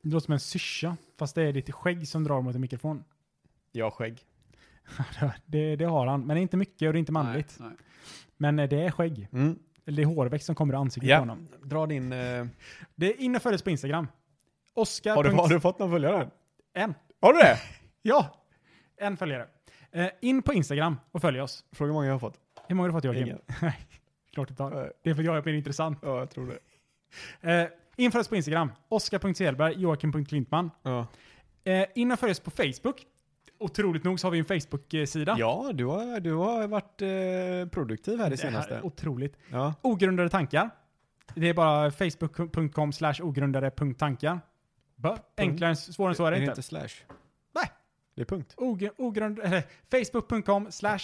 S4: Det låter som en syrsa, fast det är ditt skägg som drar mot en mikrofon.
S3: Jag har skägg.
S4: det, det har han, men det är inte mycket och det är inte manligt.
S3: Nej,
S4: Men eh, det är skägg,
S3: Mm.
S4: eller det är hårväxt som kommer ur ansiktet
S3: Ja.
S4: på honom.
S3: Dra din... eh,
S4: Det är in och följ oss på Instagram. Oskar.
S3: Har, du, har du fått någon följare?
S4: En.
S3: Har du det?
S4: Ja, en följare. Eh, in på Instagram och följ oss.
S3: Fråga hur många jag har fått.
S4: Hur många har du fått Joakim?
S3: Ingen.
S4: Nej, klart du inte har.
S3: Nej.
S4: Det är för att jag är intressant.
S3: Ja, jag tror det.
S4: Eh, in följ oss på Instagram. Oskar.selberg, Joakim.klintman.
S3: Ja,
S4: Eh, in och följ oss på Facebook. Otroligt nog så har vi en Facebook-sida.
S3: du, har, du har varit eh, produktiv här det
S4: det här
S3: senaste.
S4: är otroligt.
S3: ja.
S4: Ogrundade tankar. Det är bara facebook.com slash ogrundade.tankar. Bör. Enklare, än- svårare än så är det inte.
S3: slash?
S4: Nej.
S3: Det är punkt.
S4: Ogr- ogrund- eller, Facebook.com slash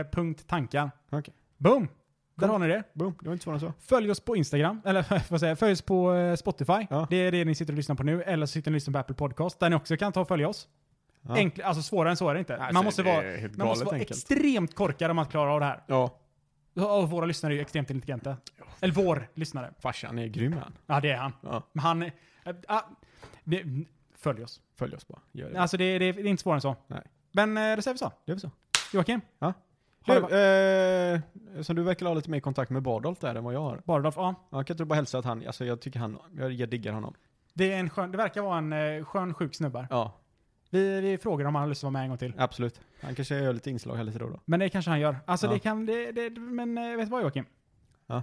S4: ogrundade.tankar.
S3: Okej.
S4: Boom! Där har ni det.
S3: Boom, det var inte svårare än så.
S4: Följ oss på Instagram, eller vad säger jag, följ oss på eh, Spotify.
S3: Ja.
S4: Det är det ni sitter och lyssnar på nu. Eller så sitter ni och lyssnar på Apple Podcast, där ni också kan ta och följa oss.
S3: Ja.
S4: Enkl- alltså svårare än så är det inte. man måste vara,
S3: helt
S4: man måste vara extremt korkad om man klarar av det här.
S3: Ja,
S4: Och våra lyssnare är ju extremt intelligenta. Eller vår lyssnare.
S3: farsan är grym han.
S4: Ja, det är han.
S3: Ja.
S4: Men han... Äh, äh, det, följ oss.
S3: Följ oss bara. Gör det.
S4: Alltså det, det, det är inte svårare än så.
S3: Nej.
S4: Men eh, då säger vi så.
S3: Det är väl så.
S4: Joakim?
S3: Ja.
S4: Har det
S3: Du, eh, som du verkar ha lite mer kontakt med Bardolf där än vad jag har.
S4: Bardolf, ja.
S3: Ja, kan inte du bara hälsa att han, alltså jag tycker han, jag, jag diggar honom.
S4: Det, är en skön, det verkar vara en eh, skön sjuk snubbar.
S3: Ja,
S4: Vi, vi frågar om han har lust att vara med en gång till.
S3: absolut. Han kanske gör lite inslag här lite då och då.
S4: Men det kanske han gör. Alltså
S3: Ja.
S4: det kan, det, det, men eh, vet du vad Joakim?
S3: Ja.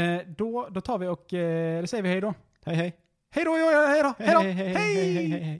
S4: Eh, då, då tar vi och, eh, då säger vi hej då.
S3: Hej hej!
S4: Hej då, jo, jo, hej då, hej då,
S3: hej, hej, hej, hej, hej.